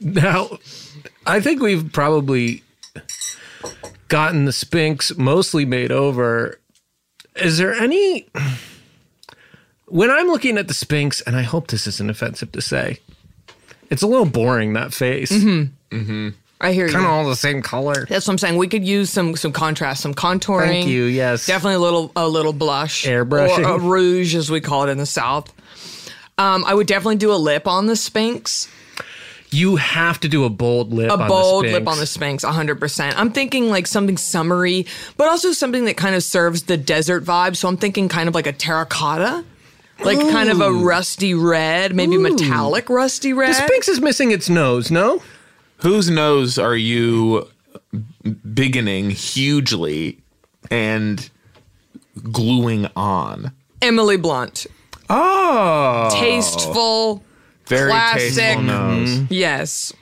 Speaker 3: Now, I think we've probably gotten the Sphinx mostly made over. Is there any. When I'm looking at the Sphinx, and I hope this isn't offensive to say, it's a little boring, that face.
Speaker 5: Mhm.
Speaker 3: Mm-hmm.
Speaker 5: I hear
Speaker 3: Kind
Speaker 5: you.
Speaker 3: of all the same color.
Speaker 5: That's what I'm saying. We could use some some contrast, some contouring.
Speaker 3: Thank you, yes.
Speaker 5: Definitely a little a little blush,
Speaker 3: Airbrushing.
Speaker 5: or a rouge as we call it in the South. Um, I would definitely do a lip on the Sphinx,
Speaker 3: You have to do a bold lip
Speaker 5: a
Speaker 3: on
Speaker 5: bold
Speaker 3: the Sphinx.
Speaker 5: lip on the Sphinx, 100. percent I'm thinking like something summery, but also something that kind of serves the desert vibe. So I'm thinking kind of like a terracotta, like kind of a
Speaker 3: Ooh.
Speaker 5: rusty red, maybe metallic rusty red.
Speaker 3: The Sphinx is missing its nose, no?
Speaker 6: Whose nose are you beginning hugely and gluing on?
Speaker 5: Emily Blunt,
Speaker 6: Oh,
Speaker 5: tasteful,
Speaker 6: Very
Speaker 5: classic.
Speaker 6: tasteful
Speaker 4: Mm-hmm.
Speaker 6: nose.
Speaker 5: Yes.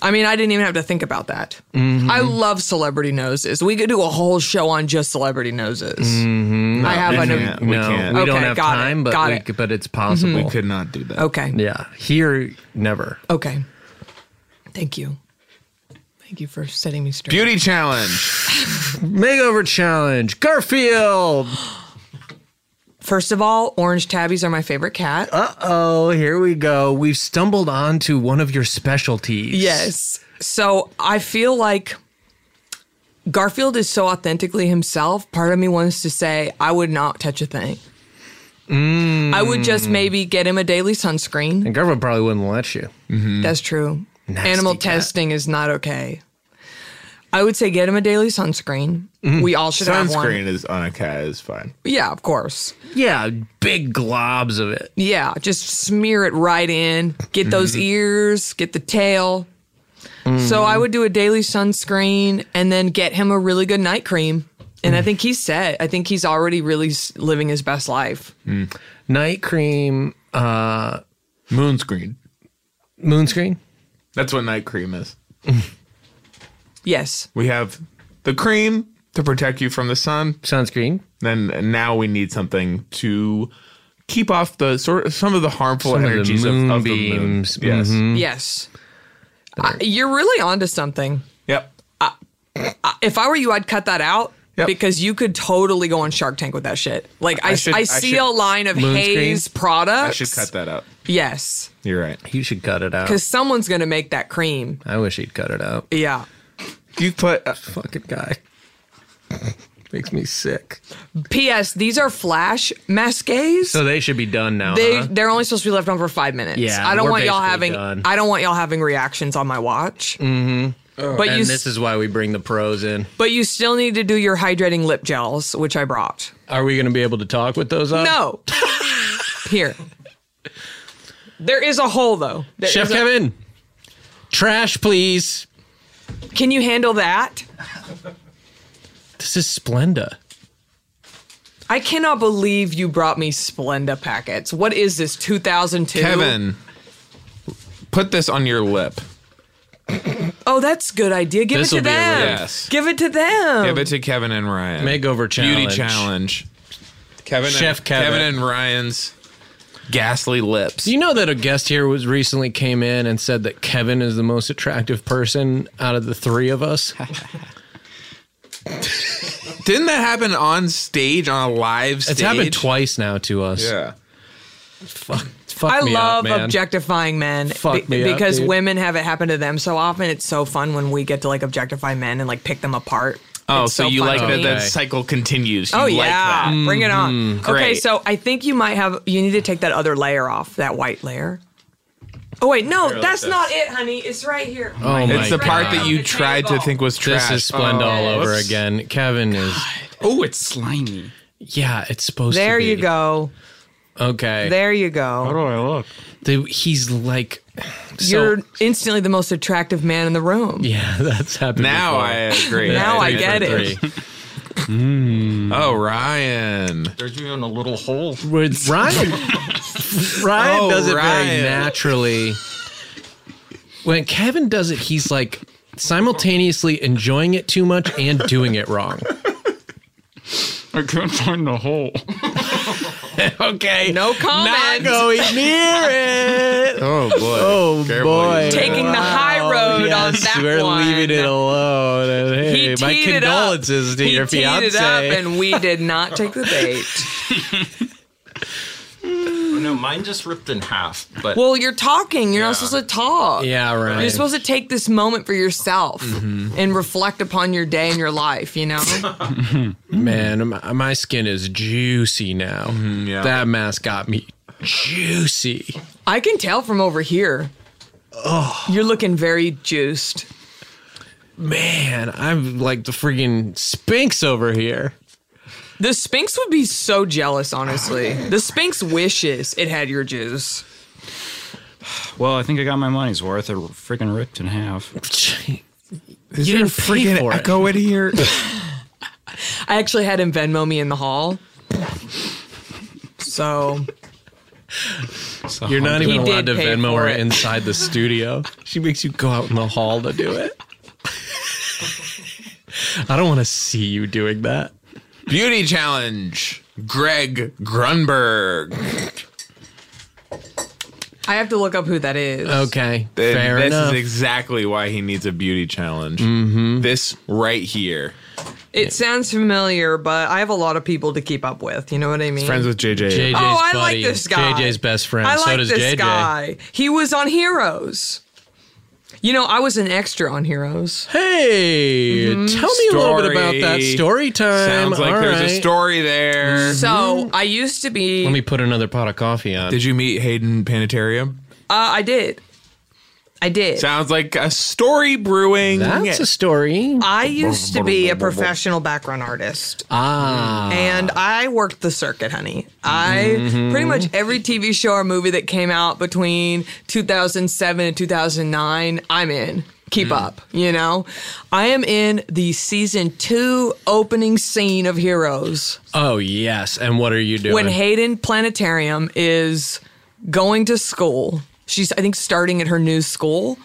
Speaker 5: I mean, I didn't even have to think about that.
Speaker 3: Mm-hmm.
Speaker 5: I love celebrity noses. We could do a whole show on just celebrity noses.
Speaker 3: Mhm.
Speaker 5: I have
Speaker 3: We
Speaker 5: an-
Speaker 3: can't. no, we don't
Speaker 5: Okay,
Speaker 3: have
Speaker 5: got it,
Speaker 3: time, but
Speaker 5: got
Speaker 3: we
Speaker 5: it.
Speaker 3: c- but it's possible.
Speaker 5: We could
Speaker 6: not do that.
Speaker 5: Okay.
Speaker 3: Yeah, here never.
Speaker 5: Okay. Thank you. Thank you for setting me straight.
Speaker 6: Beauty challenge,
Speaker 3: makeover challenge, Garfield.
Speaker 5: First of all, orange tabbies are my favorite cat.
Speaker 3: Uh oh, here we go. We've stumbled onto one of your specialties.
Speaker 5: Yes. So I feel like Garfield is so authentically himself. Part of me wants to say, I would not touch a thing.
Speaker 3: Mm.
Speaker 5: I would just maybe get him a daily sunscreen.
Speaker 3: And Garfield probably wouldn't let you.
Speaker 5: That's true. Animal testing is not okay. I would say get him a daily sunscreen. We all should have one.
Speaker 6: Mm-hmm. Sunscreen is on a cat is fine.
Speaker 5: Yeah, of course.
Speaker 3: Yeah, big globs of it.
Speaker 5: Yeah, just smear it right in. Get those
Speaker 6: Mm-hmm.
Speaker 5: ears, get the tail. So I would do a daily sunscreen and then get him a really good night cream. And
Speaker 6: Mm-hmm.
Speaker 5: I think he's set. I think he's already really s- living his best life.
Speaker 3: Night cream, uh
Speaker 6: Moonscreen.
Speaker 3: Moonscreen?
Speaker 6: That's what night cream is.
Speaker 5: Yes.
Speaker 6: We have the cream to protect you from the sun,
Speaker 3: sunscreen.
Speaker 6: Then and now we need something to keep off the sort of some of the harmful
Speaker 3: Some of the
Speaker 6: energies of, of the moon.
Speaker 3: moonbeams.
Speaker 6: Yes.
Speaker 2: Mm-hmm.
Speaker 3: Mhm.
Speaker 5: Yes. I- you're really onto something.
Speaker 6: Yep.
Speaker 5: I, if I were you, I'd cut that out because you could totally go on Shark Tank with that shit. Like I,
Speaker 6: I should-
Speaker 5: I
Speaker 6: I
Speaker 5: see
Speaker 6: should-
Speaker 5: a line of
Speaker 6: Moon
Speaker 5: Hayes
Speaker 6: screen?
Speaker 5: products.
Speaker 6: I should cut that out.
Speaker 5: Yes,
Speaker 6: You're right.
Speaker 3: You should cut it out.
Speaker 5: because someone's gonna make that cream.
Speaker 3: I wish he'd cut it out.
Speaker 6: uh,
Speaker 5: Yeah.
Speaker 6: You put
Speaker 3: fucking guy. Makes me sick.
Speaker 5: P.S. These are flash masques.
Speaker 3: So uh-huh. they should be done now.
Speaker 5: They
Speaker 3: huh?
Speaker 5: they're only supposed to be left on for five minutes.
Speaker 3: Yeah,
Speaker 5: I don't
Speaker 3: we're
Speaker 5: want y'all
Speaker 3: basically
Speaker 5: having
Speaker 3: done.
Speaker 5: I don't want y'all having reactions on my watch.
Speaker 3: Mm-hmm.
Speaker 5: But
Speaker 3: and
Speaker 5: you s-
Speaker 3: this is why we bring the pros in.
Speaker 5: But you still need to do your hydrating lip gels, which I brought.
Speaker 3: Are we going to be able to talk with those on? *laughs*
Speaker 5: No. Here. There is a hole though. There
Speaker 3: Chef
Speaker 5: is a-
Speaker 3: Kevin, trash, please.
Speaker 5: Can you handle that?
Speaker 3: This is Splenda.
Speaker 5: I cannot believe you brought me Splenda packets. What is this 2002?
Speaker 2: Kevin, put this on your lip.
Speaker 5: Oh, that's a good idea. Give
Speaker 2: This'll
Speaker 5: it to
Speaker 2: be a
Speaker 5: them.
Speaker 2: relief. Yes.
Speaker 5: Give it to them.
Speaker 2: Give it to Kevin and Ryan.
Speaker 3: Makeover
Speaker 2: Beauty
Speaker 3: challenge.
Speaker 2: challenge. Kevin
Speaker 3: Chef
Speaker 2: and,
Speaker 3: Kevin.
Speaker 2: and Ryan's ghastly lips.
Speaker 3: Do you know that a guest here was recently came in and said that Kevin is the most attractive person out of the three of us?
Speaker 2: Didn't that happen on stage on a live stage?
Speaker 3: it's happened twice now to us.
Speaker 2: Yeah.
Speaker 3: Fuck. Fuck
Speaker 5: I
Speaker 3: me up,
Speaker 5: love
Speaker 3: man.
Speaker 5: objectifying men
Speaker 3: Fuck me up,
Speaker 5: because
Speaker 3: dude.
Speaker 5: women have it happen to them so often. It's so fun when we get to like objectify men and like pick them apart.
Speaker 2: Oh,
Speaker 5: It's
Speaker 2: so, you
Speaker 5: fun
Speaker 2: like
Speaker 5: to
Speaker 2: that
Speaker 5: me.
Speaker 2: the cycle continues. You
Speaker 5: oh
Speaker 2: like
Speaker 5: yeah,
Speaker 2: that.
Speaker 5: bring it on.
Speaker 2: Mm,
Speaker 5: Okay,
Speaker 2: great.
Speaker 5: so I think you might have you need to take that other layer off, that white layer. Oh wait, no,
Speaker 2: Here, like
Speaker 5: that's
Speaker 2: this.
Speaker 5: not it, honey. It's right here.
Speaker 3: Oh my
Speaker 2: It's the part
Speaker 3: God.
Speaker 2: that you tried to think was trash.
Speaker 3: This is Splenda all
Speaker 5: Oh.
Speaker 3: over
Speaker 2: Oops.
Speaker 3: again. Kevin is.
Speaker 6: Oh, it's slimy.
Speaker 3: Yeah, it's supposed
Speaker 5: There
Speaker 3: to be.
Speaker 5: you go.
Speaker 3: Okay.
Speaker 5: There you go. How
Speaker 6: do I look?
Speaker 3: The, he's like.
Speaker 5: You're instantly the most attractive man in the room.
Speaker 3: Yeah, *laughs* that's happened.
Speaker 2: Now
Speaker 3: before.
Speaker 2: I agree.
Speaker 5: Now I get it.
Speaker 3: *laughs*
Speaker 2: Oh, Ryan.
Speaker 4: There's even a little hole.
Speaker 3: *laughs* With Ryan, Ryan
Speaker 4: Oh,
Speaker 3: does it very
Speaker 4: Ryan.
Speaker 3: naturally. When Kevin does it, he's like simultaneously enjoying it too much and doing it
Speaker 5: *laughs*
Speaker 3: wrong.
Speaker 6: I can't find the hole.
Speaker 3: okay.
Speaker 5: No comment.
Speaker 3: going near it.
Speaker 2: Oh boy.
Speaker 3: *laughs* Oh boy.
Speaker 5: Taking the high road on
Speaker 3: Oh, yes,
Speaker 5: that
Speaker 3: we're
Speaker 5: one.
Speaker 3: leaving it alone. And,
Speaker 5: He
Speaker 3: hey, my
Speaker 5: teed it up.
Speaker 3: condolences to
Speaker 5: He
Speaker 3: your
Speaker 5: teed
Speaker 3: fiance.
Speaker 5: it up, and we did not take the bait.
Speaker 4: Oh, no, mine just ripped in half. But
Speaker 5: Well, you're talking. You're not supposed to talk.
Speaker 3: Yeah, right.
Speaker 5: You're supposed to take this moment for yourself
Speaker 3: Mhm.
Speaker 5: and reflect upon your day and your life.
Speaker 3: *laughs*
Speaker 5: You know.
Speaker 3: Man, my, my skin is juicy now.
Speaker 2: yeah.
Speaker 3: That mask got me juicy.
Speaker 5: I can tell from over here. Oh, you're looking very juiced.
Speaker 3: Man, I'm like the freaking Sphinx over here.
Speaker 5: The Sphinx would be so jealous, honestly. The Sphinx wishes it had your juice.
Speaker 6: Well, I think I got my money's worth. It freaking ripped in half.
Speaker 2: Is
Speaker 3: you
Speaker 2: there a
Speaker 3: didn't pay
Speaker 2: freaking
Speaker 3: for it.
Speaker 2: echo in here?
Speaker 5: I actually had him Venmo me in the hall. So
Speaker 3: You're not even
Speaker 5: He
Speaker 3: allowed to
Speaker 5: did pay
Speaker 3: Venmo
Speaker 5: for
Speaker 3: her
Speaker 5: it.
Speaker 3: inside the studio. *laughs* She makes you go out in the hall to do it. I don't want to see you doing that.
Speaker 2: Beauty challenge. Greg Grunberg.
Speaker 5: I have to look up who that is.
Speaker 3: Okay,
Speaker 2: Then
Speaker 3: fair
Speaker 2: this
Speaker 3: enough.
Speaker 2: is exactly why he needs a beauty challenge. This right here.
Speaker 5: It sounds familiar, but I have a lot of people to keep up with. You know what I mean?
Speaker 2: Friends with JJ.
Speaker 3: JJ's
Speaker 5: oh, I
Speaker 3: buddy,
Speaker 5: like this guy.
Speaker 3: JJ's best friend.
Speaker 5: I like
Speaker 3: so does
Speaker 5: this
Speaker 3: JJ.
Speaker 5: guy. He was on Heroes. You know, I was an extra on Heroes.
Speaker 3: Hey, tell me a little bit about that story time.
Speaker 2: Sounds like
Speaker 3: All
Speaker 2: there's a
Speaker 3: right.
Speaker 2: story there.
Speaker 5: So I used to be.
Speaker 3: Let me put another pot of coffee on.
Speaker 2: Did you meet Hayden Planetarium?
Speaker 5: Uh, I did. I did.
Speaker 2: Sounds like a story brewing.
Speaker 3: That's a story.
Speaker 5: I used to be a professional background artist.
Speaker 3: Ah.
Speaker 5: And I worked the circuit, honey. I
Speaker 3: Mhm.
Speaker 5: pretty much every TV show or movie that came out between 2007 and 2009, I'm in. Keep
Speaker 3: Mm.
Speaker 5: up, you know? I am in the season two opening scene of Heroes
Speaker 3: Oh yes. And what are you doing?
Speaker 5: when Hayden Planetarium is going to school. She's, I think, starting at her new school.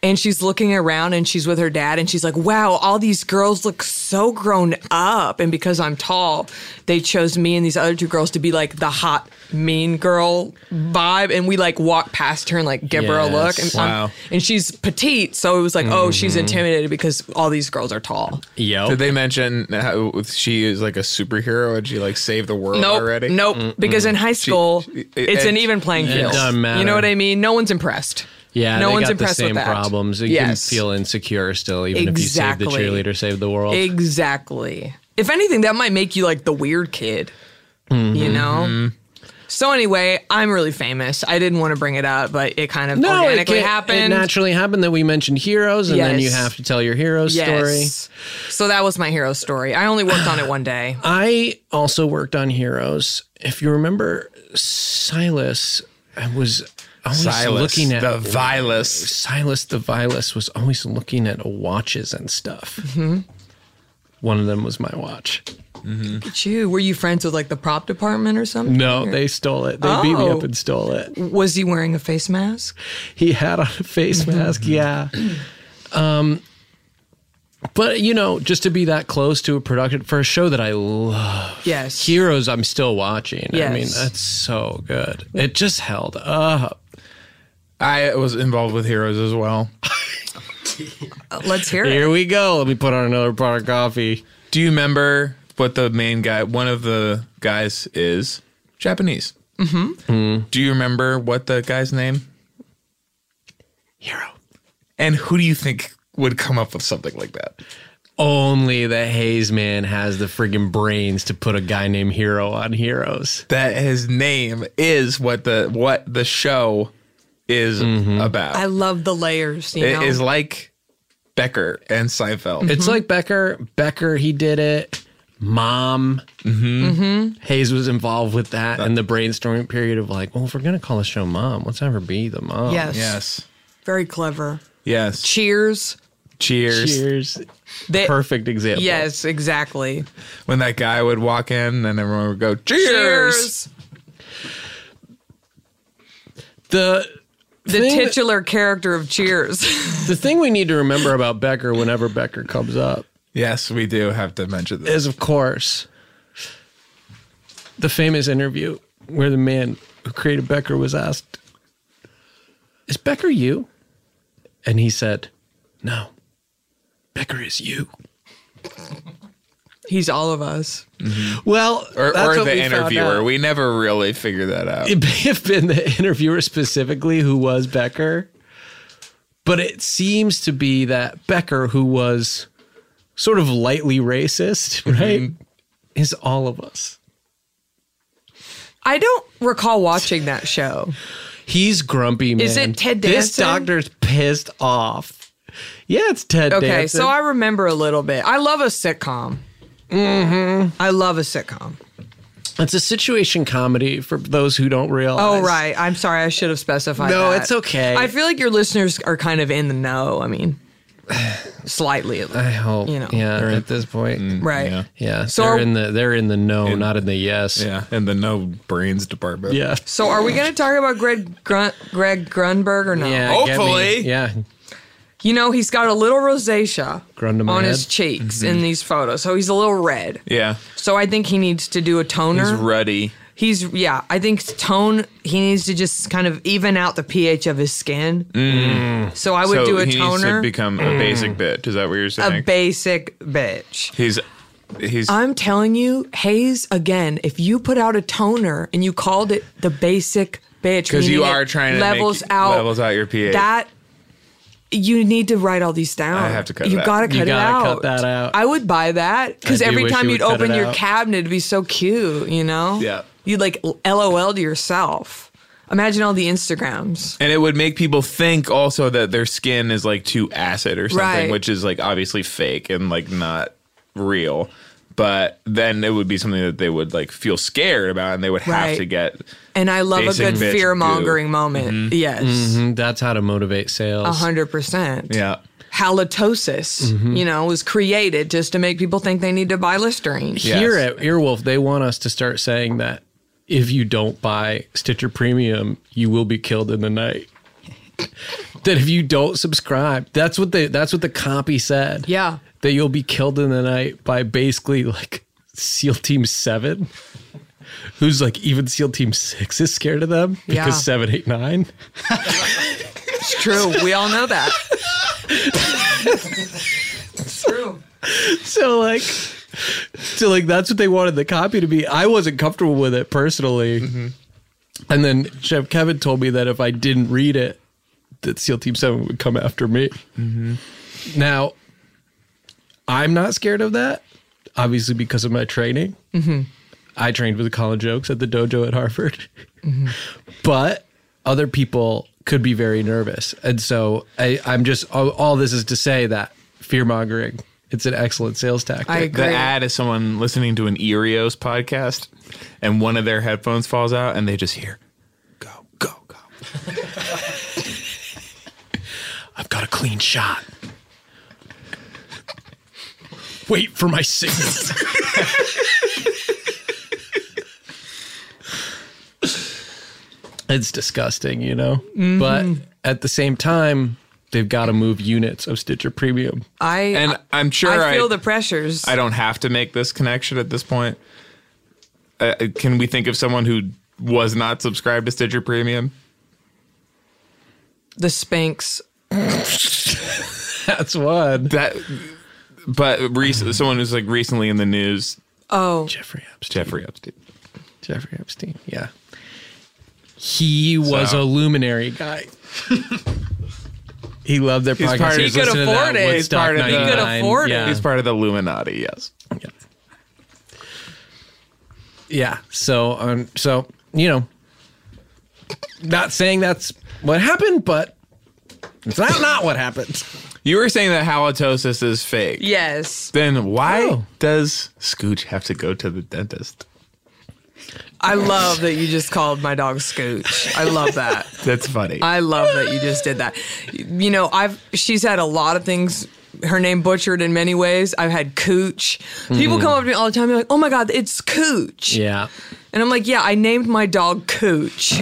Speaker 5: And she's looking around and she's with her dad and she's like, wow, all these girls look so grown up. And because I'm tall, they chose me and these other two girls to be like the hot, mean girl vibe. And we like walk past her and like give her a look. And,
Speaker 3: Yes.
Speaker 5: I'm-
Speaker 3: Wow. Mm-hmm.
Speaker 5: and she's petite. So it was like, oh, she's
Speaker 2: Mhm.
Speaker 5: intimidated because all these girls are tall.
Speaker 3: Yo.
Speaker 2: Did they mention how she is like a superhero and she like saved the world
Speaker 5: nope,
Speaker 2: already?
Speaker 5: Nope. Because in high school, it's an even playing
Speaker 3: it
Speaker 5: field.
Speaker 3: doesn't matter.
Speaker 5: You know what I mean? No one's impressed.
Speaker 3: Yeah,
Speaker 5: no
Speaker 3: they
Speaker 5: one's
Speaker 3: got the
Speaker 5: impressed
Speaker 3: same
Speaker 5: with that.
Speaker 3: problems. You
Speaker 5: yes.
Speaker 3: can feel insecure still, even if you save the
Speaker 5: Exactly.
Speaker 3: cheerleader, save the world.
Speaker 5: Exactly. If anything, that might make you like the weird kid,
Speaker 3: Mm-hmm.
Speaker 5: you know? So anyway, I'm really famous. I didn't want to bring it up, but it kind of
Speaker 3: it
Speaker 5: organically
Speaker 3: can't-
Speaker 5: happened.
Speaker 3: It naturally happened that we mentioned heroes, and then you
Speaker 5: Yes.
Speaker 3: have to tell your hero
Speaker 5: Yes.
Speaker 3: story.
Speaker 5: So that was my hero story. I only worked on it one day.
Speaker 3: I also worked on heroes. If you remember, Silas I was always
Speaker 2: Silas,
Speaker 3: looking at
Speaker 2: the
Speaker 3: Vilus. Silas the Vilus was always looking at watches and stuff.
Speaker 5: Mhm.
Speaker 3: One of them was my watch.
Speaker 5: *coughs* Look at you. Were you friends with like the prop department or something?
Speaker 3: No,
Speaker 5: Or-
Speaker 3: they stole it. They beat me
Speaker 5: Oh.
Speaker 3: up and stole it.
Speaker 5: Was he wearing a face mask?
Speaker 3: He had on a face
Speaker 5: Mm-hmm.
Speaker 3: mask. Yeah. Um, but you know, just to be that close to a production for a show that I love.
Speaker 5: Yes.
Speaker 3: Heroes I'm still watching. I mean,
Speaker 5: Yes.
Speaker 3: that's so good. It just held up.
Speaker 2: I was involved with Heroes as well.
Speaker 5: Uh, Let's hear
Speaker 3: Here
Speaker 5: it.
Speaker 3: we go. Let me put on another pot of coffee.
Speaker 2: Do you remember what the main guy, one of the guys, is Japanese? Hmm.
Speaker 5: Mm-hmm.
Speaker 2: Do you remember what the guy's name?
Speaker 3: Hero.
Speaker 2: And who do you think would come up with something like that?
Speaker 3: Only the Hayes man has the friggin' brains to put a guy named Hero on Heroes.
Speaker 2: That his name is what the what the show is about.
Speaker 5: I love the layers. You know?
Speaker 2: It is like Becker and Seinfeld.
Speaker 3: It's like Becker. Becker, he did it. Mom.
Speaker 5: Mhm.
Speaker 3: Hayes was involved with Mm-hmm. that and the brainstorming period of like, well, if we're going to call the show Mom, let's have her be the mom.
Speaker 5: Yes.
Speaker 2: Yes.
Speaker 5: very clever.
Speaker 2: Yes.
Speaker 5: Cheers.
Speaker 2: Cheers.
Speaker 3: Cheers.
Speaker 5: They-
Speaker 3: Perfect example.
Speaker 5: Yes, exactly.
Speaker 2: When that guy would walk in and everyone would go, Cheers.
Speaker 3: The
Speaker 5: The
Speaker 3: thing-
Speaker 5: titular character of Cheers. *laughs*
Speaker 3: The thing we need to remember about Becker whenever Becker comes up
Speaker 2: Yes, we do have to mention this.
Speaker 3: is, of course, the famous interview where the man who created Becker was asked, Is Becker you? And he said, No, Becker is you.
Speaker 5: He's all of us.
Speaker 3: Well,
Speaker 2: Or,
Speaker 3: that's
Speaker 2: or
Speaker 3: what
Speaker 2: the
Speaker 3: we found
Speaker 2: interviewer.
Speaker 3: out.
Speaker 2: We never really figure that out.
Speaker 3: It may have been the interviewer specifically who was Becker, but it seems to be that Becker, who was sort of lightly racist,
Speaker 2: Mm-hmm.
Speaker 3: right, is all of us.
Speaker 5: I don't recall watching that show.
Speaker 3: He's grumpy, man.
Speaker 5: Is it Ted
Speaker 3: This
Speaker 5: Danson?
Speaker 3: doctor's pissed off. Yeah, it's Ted
Speaker 5: Okay,
Speaker 3: Danson.
Speaker 5: so I remember a little bit. I love a sitcom. Mm-hmm. I love a sitcom.
Speaker 3: It's a situation comedy for those who don't realize.
Speaker 5: Oh, right. I'm sorry. I should have specified
Speaker 3: No,
Speaker 5: that.
Speaker 3: it's okay.
Speaker 5: I feel like your listeners are kind of in the know. I
Speaker 3: *sighs*
Speaker 5: mean, slightly at least.
Speaker 3: I hope.
Speaker 5: You know.
Speaker 3: Yeah, at this point.
Speaker 5: Right.
Speaker 3: Uh, Yeah.
Speaker 5: yeah.
Speaker 3: So
Speaker 5: So
Speaker 3: they're
Speaker 5: are-
Speaker 3: in the they're in the no, not in the yes.
Speaker 2: Yeah, in the no brains department.
Speaker 3: Yeah.
Speaker 5: So are we going to talk about Greg, Grun- Greg Grunberg or not?
Speaker 3: Yeah, get me. Yeah.
Speaker 5: You know, he's got a little rosacea
Speaker 3: Grund to my
Speaker 5: on his
Speaker 3: head.
Speaker 5: cheeks
Speaker 2: Mm-hmm.
Speaker 3: Mhm.
Speaker 5: in these photos. So he's a little red.
Speaker 2: Yeah.
Speaker 5: So I think he needs to do a toner.
Speaker 2: He's ruddy.
Speaker 5: He's yeah, I think tone. He needs to just kind of even out the pH of his skin.
Speaker 2: Mm.
Speaker 5: So I would do a
Speaker 2: he needs to
Speaker 5: toner.
Speaker 2: become a basic bitch. Is that what you're
Speaker 5: A
Speaker 2: saying?
Speaker 5: basic bitch.
Speaker 2: he's he's
Speaker 5: I'm telling you, Hayes. Again, if you put out a toner and you called it the basic bitch,
Speaker 2: because you
Speaker 5: meaning it
Speaker 2: are trying to
Speaker 5: levels
Speaker 2: make,
Speaker 5: out
Speaker 2: levels out your pH.
Speaker 5: that. You need to write all these down.
Speaker 2: I have to cut
Speaker 5: You
Speaker 2: that.
Speaker 5: gotta cut
Speaker 2: You
Speaker 5: it
Speaker 2: gotta
Speaker 5: out.
Speaker 2: cut that out.
Speaker 5: I would buy that because
Speaker 2: I do
Speaker 5: every
Speaker 2: wish
Speaker 5: time
Speaker 2: you
Speaker 5: you'd
Speaker 2: would cut
Speaker 5: open
Speaker 2: it
Speaker 5: your
Speaker 2: out.
Speaker 5: cabinet, it'd be so cute. You know?
Speaker 2: Yeah.
Speaker 5: You'd like LOL to yourself. Imagine all the Instagrams.
Speaker 2: and it would make people think also that their skin is like too acid or something,
Speaker 5: Right.
Speaker 2: which is like obviously fake and like not real. But then it would be something that they would like feel scared about, and they would have
Speaker 5: Right.
Speaker 2: to get.
Speaker 5: And I love
Speaker 2: basic
Speaker 5: a
Speaker 2: bitch
Speaker 5: good fear mongering
Speaker 2: goo. Mm-hmm.
Speaker 5: moment. Yes.
Speaker 3: Mhm, That's how to motivate
Speaker 5: A
Speaker 3: sales.
Speaker 5: hundred percent.
Speaker 2: Yeah.
Speaker 5: Halitosis,
Speaker 2: Mm-hmm.
Speaker 3: Mhm.
Speaker 5: you know, was created just to make people think they need to buy Listerine.
Speaker 3: Here at Earwolf, they want us to start saying that if you don't buy Stitcher Premium, you will be killed in the night. *laughs* that if you don't subscribe, that's what they that's what the copy said.
Speaker 5: Yeah.
Speaker 3: That you'll be killed in the night by basically like SEAL Team Seven. Who's like even SEAL Team Six is scared of them because
Speaker 5: Yeah.
Speaker 3: seven, eight, nine.
Speaker 5: It's true. We all know that. it's true.
Speaker 3: so like so like that's what they wanted the copy to be i wasn't comfortable with it personally and then chef kevin told me that if i didn't read it that seal team 7 would come after me now i'm not scared of that obviously because of my training.
Speaker 5: Mm-hmm.
Speaker 3: I trained with Colin Jokes at the dojo at Harvard, *laughs* but other people could be very nervous. And so I, I'm just, all, all this is to say that fear mongering, it's an excellent sales tactic.
Speaker 2: The ad is someone listening to an Erios podcast, and one of their headphones falls out, and they just hear,
Speaker 3: I've got a clean shot. Wait for my signal. it's disgusting, you know?
Speaker 2: Mhm.
Speaker 3: But at the same time, they've got to move units of Stitcher Premium. *laughs*
Speaker 5: I
Speaker 2: and I'm sure I,
Speaker 5: I feel the pressures.
Speaker 2: I don't have to make this connection at this point. Uh, can we think of someone who was not subscribed to Stitcher Premium?
Speaker 5: The Spanx.
Speaker 3: That's one.
Speaker 2: That, but rec- someone who's like recently in the news,
Speaker 5: Oh,
Speaker 3: Jeffrey
Speaker 2: Epstein. Jeffrey Epstein.
Speaker 3: Jeffrey Epstein. Yeah. He was
Speaker 2: So-
Speaker 3: a luminary guy. *laughs* he loved their podcast. was listening to that Woodstock 99. Yeah.
Speaker 2: He's part of the Illuminati. Yes.
Speaker 3: yeah. So, um, so you know, not saying that's what happened, but it's not not what happened.
Speaker 2: You were saying that halitosis is fake.
Speaker 5: Yes.
Speaker 2: Then why does Scooch have to go to the dentist?
Speaker 5: I love that you just called my dog Scooch. I love that.
Speaker 2: That's funny.
Speaker 5: I love that you just did that. You know, I've she's had a lot of things her name butchered in many ways. I've had Cooch.
Speaker 2: Mm-hmm.
Speaker 5: People
Speaker 3: Mhm.
Speaker 5: come up to me all the time. They're like, "Oh my God, it's Cooch."
Speaker 3: Yeah.
Speaker 5: And I'm like, yeah, I named my dog Cooch,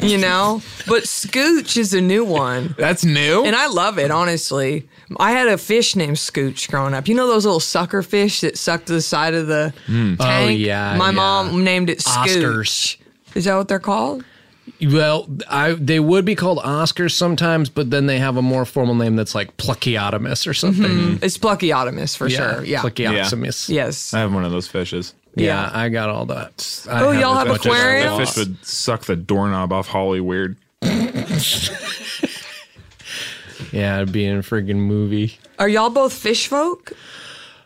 Speaker 5: you know? But Scooch is a new one.
Speaker 2: That's new?
Speaker 5: And I love it, honestly. I had a fish named Scooch growing up. You know those little sucker fish that suck to the side of the
Speaker 3: Mm. Oh,
Speaker 5: tank?
Speaker 3: yeah,
Speaker 5: My
Speaker 3: yeah.
Speaker 5: mom named it Scooch.
Speaker 3: Oscars.
Speaker 5: Is that what they're called?
Speaker 3: Well, I they would be called Oscars sometimes, but then they have a more formal name that's like Pluckiotomus or something.
Speaker 2: Hmm.
Speaker 5: Mhm. It's Pluckiotomus for
Speaker 3: Mm-hmm. Yeah,
Speaker 5: sure. Yeah.
Speaker 3: Pluckiotomus.
Speaker 5: Yes.
Speaker 2: I have one of those fishes.
Speaker 3: Yeah, I got all that. I
Speaker 5: Oh, y'all have
Speaker 2: a bunch of-
Speaker 5: aquariums?
Speaker 2: That fish would suck the doorknob off Holly Weird.
Speaker 3: Yeah, it'd be in a friggin' movie.
Speaker 5: Are y'all both fish folk?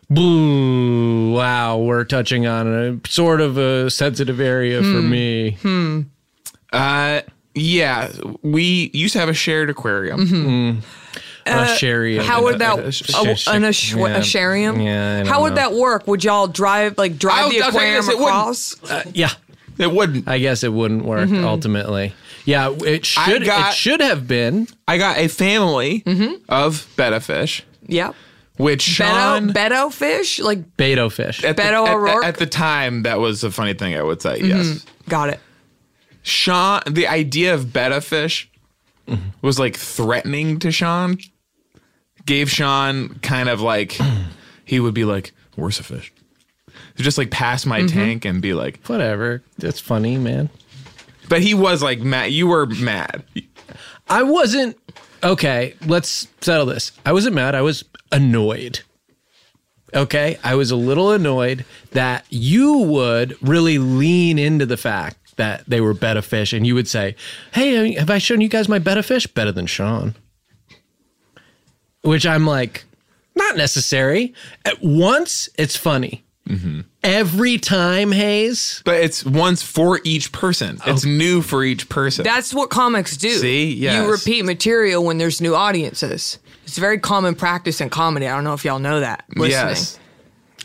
Speaker 3: Boo! Wow, we're touching on a sort of a sensitive area for
Speaker 5: Hmm.
Speaker 3: me.
Speaker 5: Hmm.
Speaker 2: Uh, yeah, we used to have a shared aquarium.
Speaker 3: Mhm.
Speaker 5: Uh, How would that? a- an ash- asharium? How would that work? Would y'all drive like drive
Speaker 2: I'll-
Speaker 5: the
Speaker 2: I'll tell you
Speaker 5: aquarium
Speaker 2: this, it wouldn't.
Speaker 5: across?
Speaker 3: yeah,
Speaker 2: it wouldn't.
Speaker 3: I guess it wouldn't work
Speaker 5: Mhm.
Speaker 3: ultimately. Yeah, it
Speaker 2: I
Speaker 3: should.
Speaker 2: got-
Speaker 3: it should have been.
Speaker 2: I got a family of betta fish,
Speaker 5: Yep.
Speaker 2: which Sean
Speaker 5: Beto, Beto fish, like
Speaker 3: Beto fish.
Speaker 2: At
Speaker 5: Beto
Speaker 2: the, at-
Speaker 5: O'Rourke? Mm-hmm.
Speaker 2: At, the time, that was a funny thing I would say. Yes,
Speaker 5: got it.
Speaker 2: Sean, the idea of betta fish was like threatening to Sean. Gave Sean kind of like *clears throat* he would be like, "Where's the fish?" Just like pass my
Speaker 5: Mm-hmm.
Speaker 3: Mhm.
Speaker 2: tank and be like,
Speaker 3: "Whatever." That's funny, man.
Speaker 2: But he was like mad. You were mad.
Speaker 3: I wasn't. Okay, let's settle this. I wasn't mad. I was annoyed. Okay, I was a little annoyed that you would really lean into the fact that they were better fish, and you would say, "Hey, have I shown you guys my better fish? Better than Sean." Which I'm like, not necessary. At once, it's funny. Every time, Hayes.
Speaker 2: But it's once for each person.
Speaker 5: Oh.
Speaker 2: It's new for each person.
Speaker 5: That's what comics do.
Speaker 2: See? Yes.
Speaker 5: you repeat material when there's new audiences. It's very common practice in comedy. I don't know if y'all know that. Listening.
Speaker 2: Yes.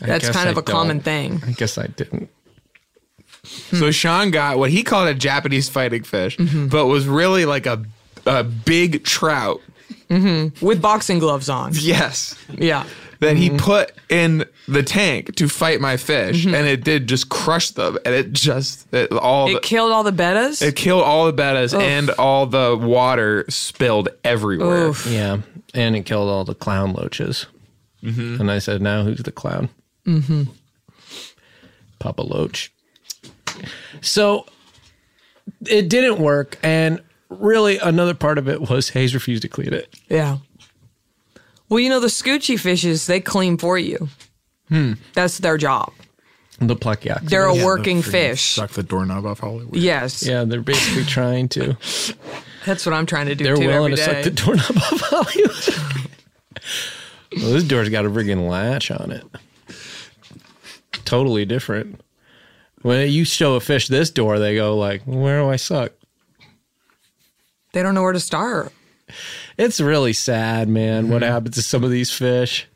Speaker 2: I
Speaker 5: That's
Speaker 2: guess
Speaker 5: kind
Speaker 2: I
Speaker 5: of a common
Speaker 2: don't.
Speaker 5: thing.
Speaker 3: I guess I didn't.
Speaker 5: Hmm.
Speaker 2: So Sean got what he called a Japanese fighting fish,
Speaker 5: Mm-hmm.
Speaker 2: but was really like a a big trout.
Speaker 5: Mm-hmm. With boxing
Speaker 2: *laughs*
Speaker 5: gloves on.
Speaker 2: Yes.
Speaker 5: Yeah.
Speaker 2: That he
Speaker 3: Mm-hmm.
Speaker 2: put in the tank to fight my fish, and it did just crush them, and it just it, all
Speaker 5: it
Speaker 2: the,
Speaker 5: killed all the bettas.
Speaker 2: it killed all the bettas,
Speaker 5: Oof.
Speaker 2: and all the water spilled everywhere.
Speaker 3: Yeah, and it killed all the clown loaches. And I said, now who's the clown?
Speaker 5: Mm-hmm.
Speaker 3: Papa Loach. So it didn't work. And really, another part of it was Hayes refused to clean it.
Speaker 5: Yeah. Well, you know the scoochy fishes, they clean for you.
Speaker 3: Hmm.
Speaker 5: That's their job.
Speaker 3: The pluckyak.
Speaker 5: They're a Yeah, the working freaking fish. suck
Speaker 2: the doorknob off Hollywood.
Speaker 5: Yes.
Speaker 3: Yeah, they're basically trying to.
Speaker 5: That's what I'm trying to do.
Speaker 3: They're
Speaker 5: too,
Speaker 3: willing
Speaker 5: every
Speaker 3: to suck
Speaker 5: day.
Speaker 3: the doorknob off Hollywood. well, this door's got a friggin' latch on it. totally different. When you show a fish this door, they go like, "Where do I suck?"
Speaker 5: They don't know where to start.
Speaker 3: It's really sad, man. What
Speaker 2: Mm-hmm.
Speaker 3: happened to some of these fish?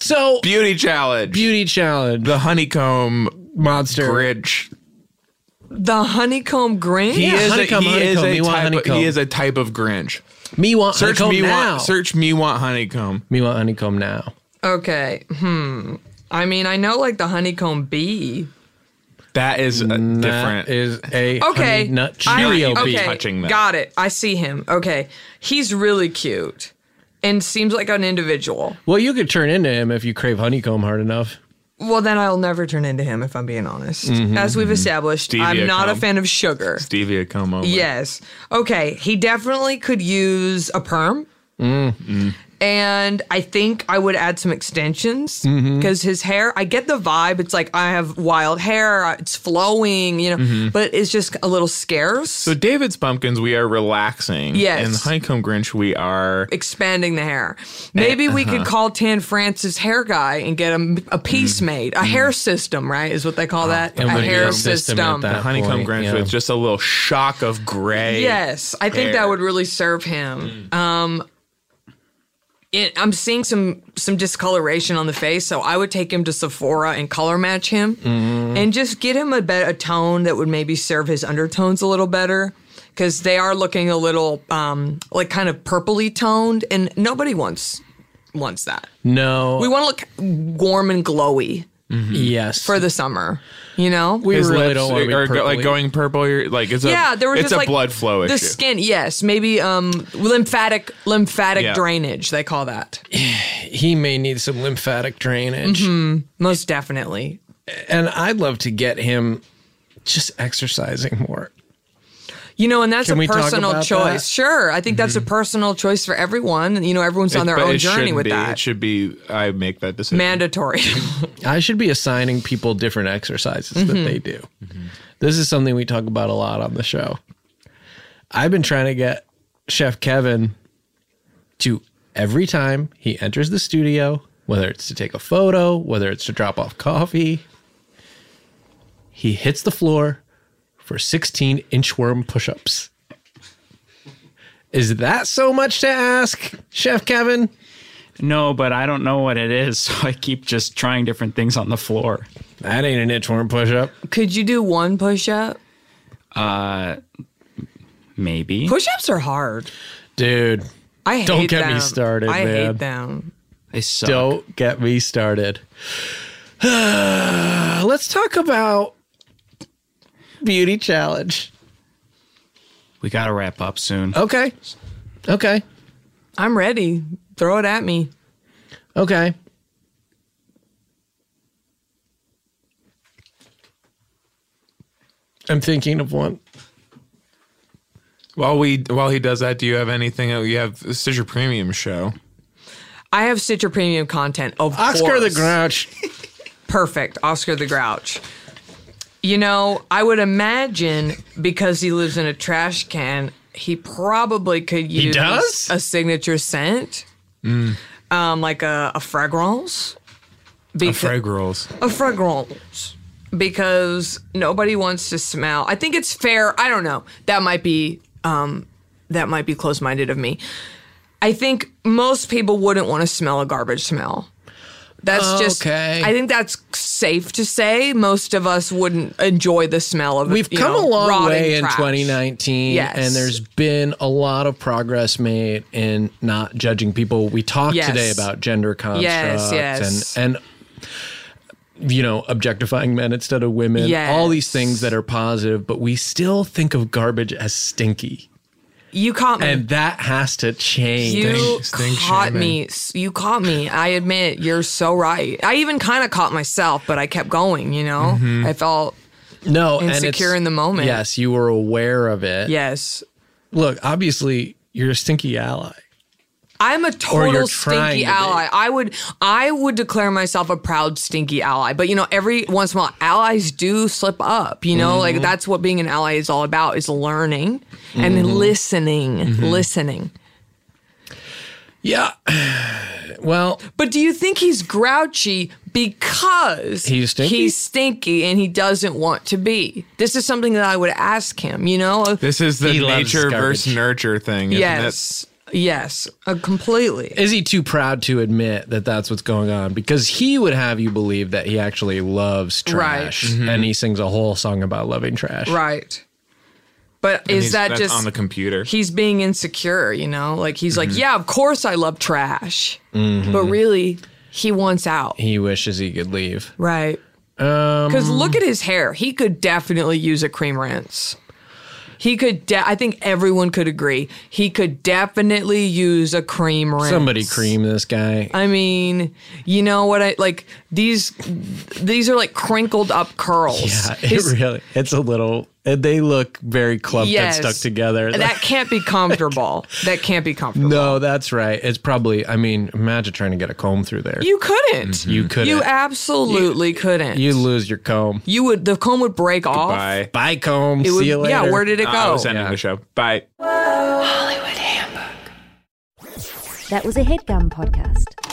Speaker 3: So
Speaker 2: beauty challenge,
Speaker 3: beauty challenge,
Speaker 2: the honeycomb
Speaker 3: monster,
Speaker 2: Grinch.
Speaker 5: The honeycomb green.
Speaker 2: He is
Speaker 3: honeycomb,
Speaker 2: a, he is
Speaker 3: honeycomb,
Speaker 2: a
Speaker 3: me want
Speaker 2: type. Of,
Speaker 3: honeycomb.
Speaker 2: he is a type of Grinch.
Speaker 3: Me want
Speaker 2: search me
Speaker 3: honeycomb now.
Speaker 2: want search me want honeycomb.
Speaker 3: Me want honeycomb now.
Speaker 5: Okay. Hmm. I mean, I know like the honeycomb bee.
Speaker 2: That is a different.
Speaker 3: Is a
Speaker 5: Okay.
Speaker 3: honey nut
Speaker 5: I-
Speaker 3: Cheerio
Speaker 5: okay.
Speaker 3: bee.
Speaker 5: Got it. I see him. Okay. He's really cute and seems like an individual.
Speaker 3: Well, you could turn into him if you crave honeycomb hard enough.
Speaker 5: Well, then I'll never turn into him if I'm being honest.
Speaker 3: Mhm,
Speaker 5: As we've
Speaker 3: mhm.
Speaker 5: established, I'm
Speaker 2: Mm-hmm. Stevia
Speaker 5: not a
Speaker 2: cum.
Speaker 5: fan of sugar.
Speaker 2: Stevia come over.
Speaker 5: Yes. Okay. He definitely could use a perm.
Speaker 2: Mm.
Speaker 5: And I think I would add some extensions because
Speaker 2: Mhm.
Speaker 5: his hair, I get the vibe. It's like I have wild hair, it's flowing, you know,
Speaker 2: Mhm.
Speaker 5: but it's just a little scarce.
Speaker 2: So David's pumpkins, we are relaxing.
Speaker 5: Yes.
Speaker 2: And honeycomb Grinch, we are.
Speaker 5: expanding the hair. Maybe we
Speaker 2: uh-huh.
Speaker 5: could call Tan Francis hair guy and get him a piece
Speaker 2: Mm-hmm.
Speaker 5: made, a hair system, right? Is what they call
Speaker 2: Uh-huh.
Speaker 5: that, a hair system.
Speaker 2: The honeycomb
Speaker 3: point,
Speaker 2: Grinch
Speaker 3: yeah.
Speaker 2: with just a little shock of gray.
Speaker 5: Yes, I think
Speaker 2: hair.
Speaker 5: that would really serve him. Um, it, I'm seeing some some discoloration on the face, so I would take him to Sephora and color match him, and just get him a bet a tone that would maybe serve his undertones a little better. Because they are looking a little um, like kind of purpley toned, and nobody wants wants that.
Speaker 3: No.
Speaker 5: We want to look warm and glowy
Speaker 3: Yes.
Speaker 5: for the summer. You know,
Speaker 3: We
Speaker 2: Mm. His
Speaker 3: really
Speaker 2: lips
Speaker 3: don't want to be
Speaker 2: are go- like
Speaker 3: purpley.
Speaker 2: going purple. You're, like it's a
Speaker 5: yeah, there was
Speaker 2: it's
Speaker 5: just
Speaker 2: a
Speaker 5: like
Speaker 2: blood flow
Speaker 5: the
Speaker 2: issue.
Speaker 5: skin, yes, maybe um lymphatic lymphatic
Speaker 3: Yeah.
Speaker 5: drainage. They call that.
Speaker 3: He may need some lymphatic drainage.
Speaker 5: hmm Most definitely.
Speaker 3: And I'd love to get him just exercising more.
Speaker 5: You know, and that's
Speaker 3: Can we
Speaker 5: a
Speaker 3: talk
Speaker 5: personal
Speaker 3: about
Speaker 5: choice.
Speaker 3: that?
Speaker 5: Sure, I think that's a personal choice for everyone. You know, everyone's on
Speaker 2: Mm-hmm. It-
Speaker 5: their
Speaker 2: but
Speaker 5: own
Speaker 2: it
Speaker 5: journey
Speaker 2: shouldn't
Speaker 5: with
Speaker 2: be. It
Speaker 5: that.
Speaker 2: should be. I make that decision.
Speaker 5: Mandatory. *laughs*
Speaker 3: I should be assigning people different exercises that
Speaker 5: Mhm.
Speaker 3: they do. This is something we talk about a lot on the show. I've been trying to get Chef Kevin to every time he enters the studio, whether it's to take a photo, whether it's to drop off coffee, he hits the floor for 16 inchworm push ups. Is that so much to ask, Chef Kevin?
Speaker 6: No, but I don't know what it is, *laughs* so I keep just trying different things on the floor.
Speaker 3: That ain't an inchworm push up.
Speaker 5: Could you do one push up?
Speaker 6: Uh, maybe.
Speaker 5: Push ups are hard.
Speaker 3: Dude.
Speaker 5: I hate
Speaker 3: Don't get me
Speaker 5: them.
Speaker 3: started,
Speaker 5: I
Speaker 3: man.
Speaker 5: hate them.
Speaker 6: They suck.
Speaker 3: Don't get me started. *sighs* Let's talk about beauty challenge.
Speaker 6: We got to wrap up soon.
Speaker 3: Okay. Okay.
Speaker 5: I'm ready. Throw it at me.
Speaker 3: Okay. I'm thinking of one.
Speaker 2: While we while he does that, do you have anything? You have the Stitcher Premium show.
Speaker 5: I have Stitcher Premium content. Of
Speaker 2: Oscar the
Speaker 5: course.
Speaker 3: Grouch.
Speaker 5: Perfect. Oscar the Grouch. You know, I would imagine because he lives in a trash can, he probably could use
Speaker 3: He does?
Speaker 5: a signature scent,
Speaker 2: Mm.
Speaker 5: um, like a, a fragrance.
Speaker 2: A
Speaker 5: Beca-
Speaker 2: Frag rolls.
Speaker 5: a fragrance because nobody wants to smell. I think it's fair. I don't know. That might be um, that might be close minded of me. I think most people wouldn't want to smell a garbage smell. That's just.
Speaker 3: Okay.
Speaker 5: I think that's safe to say. Most of us wouldn't enjoy the smell of.
Speaker 3: We've
Speaker 5: you
Speaker 3: come a
Speaker 5: know,
Speaker 3: long
Speaker 5: rotting
Speaker 3: way in
Speaker 5: trash.
Speaker 3: 2019,
Speaker 5: Yes.
Speaker 3: and there's been a lot of progress made in not judging people. We talked
Speaker 5: Yes.
Speaker 3: today about gender constructs
Speaker 5: yes.
Speaker 3: and and you know objectifying men instead of women.
Speaker 5: Yes.
Speaker 3: All these things that are positive, but we still think of garbage as stinky,
Speaker 5: You caught me.
Speaker 3: and that has to change.
Speaker 5: You caught me. You caught me. I admit, you're so right. I even kind of caught myself, but I kept going. You know,
Speaker 3: Mhm.
Speaker 5: I felt
Speaker 3: No, and it's-
Speaker 5: insecure in the moment.
Speaker 3: Yes, you were aware of it.
Speaker 5: Yes.
Speaker 3: Look, obviously, you're a stinky ally.
Speaker 5: I'm a
Speaker 3: you're trying
Speaker 5: total stinky
Speaker 3: to be.
Speaker 5: ally. I would I would declare myself a proud stinky ally. But you know, every once in a while allies do slip up, you know? Like
Speaker 3: Mm-hmm.
Speaker 9: Mhm.
Speaker 5: that's what being an ally is all about is learning and
Speaker 3: Mhm.
Speaker 5: listening,
Speaker 3: Mhm.
Speaker 5: listening.
Speaker 3: Yeah. *sighs* Well,
Speaker 5: but do you think he's grouchy because
Speaker 3: He's stinky?
Speaker 5: he's stinky and he doesn't want to be. This is something that I would ask him, you know?
Speaker 2: This is the nature versus nurture thing, isn't
Speaker 5: Yes. Yes, uh, completely.
Speaker 3: Is he too proud to admit that that's what's going on? Because he would have you believe that he actually loves
Speaker 5: Right.
Speaker 3: trash,
Speaker 5: Mhm.
Speaker 3: and he sings a whole song about loving trash.
Speaker 5: Right. But
Speaker 3: And
Speaker 5: is
Speaker 3: he's-
Speaker 5: that
Speaker 3: that's
Speaker 5: just
Speaker 3: on the computer.
Speaker 5: He's being insecure, you know? Like he's like,
Speaker 3: Mhm.
Speaker 5: yeah, of course I love trash.
Speaker 3: Mhm.
Speaker 5: But really, he wants out.
Speaker 3: He wishes he could leave. Um,
Speaker 5: Right. Because
Speaker 3: Because
Speaker 5: look at his hair. He could definitely use a cream rinse. He could, de- I think everyone could agree. He could definitely use a cream rinse.
Speaker 3: somebody cream this guy.
Speaker 5: I mean, you know what I like these these are like crinkled up curls.
Speaker 3: Yeah, it
Speaker 5: His-
Speaker 3: really. It's a little. They look very clumped
Speaker 5: Yes.
Speaker 3: and stuck together.
Speaker 5: That can't be comfortable. that can't be comfortable.
Speaker 3: *laughs* no, that's right. It's probably. I mean, imagine trying to get a comb through there.
Speaker 5: You couldn't.
Speaker 3: Mm-hmm. You couldn't.
Speaker 5: You absolutely couldn't.
Speaker 3: You lose your comb.
Speaker 5: You would the comb would break off.
Speaker 2: Bye.
Speaker 3: Bye, comb.
Speaker 5: It would- See you yeah, later. where did it
Speaker 2: I
Speaker 5: go?
Speaker 2: was ending the show. Bye.
Speaker 10: That was a headgum podcast.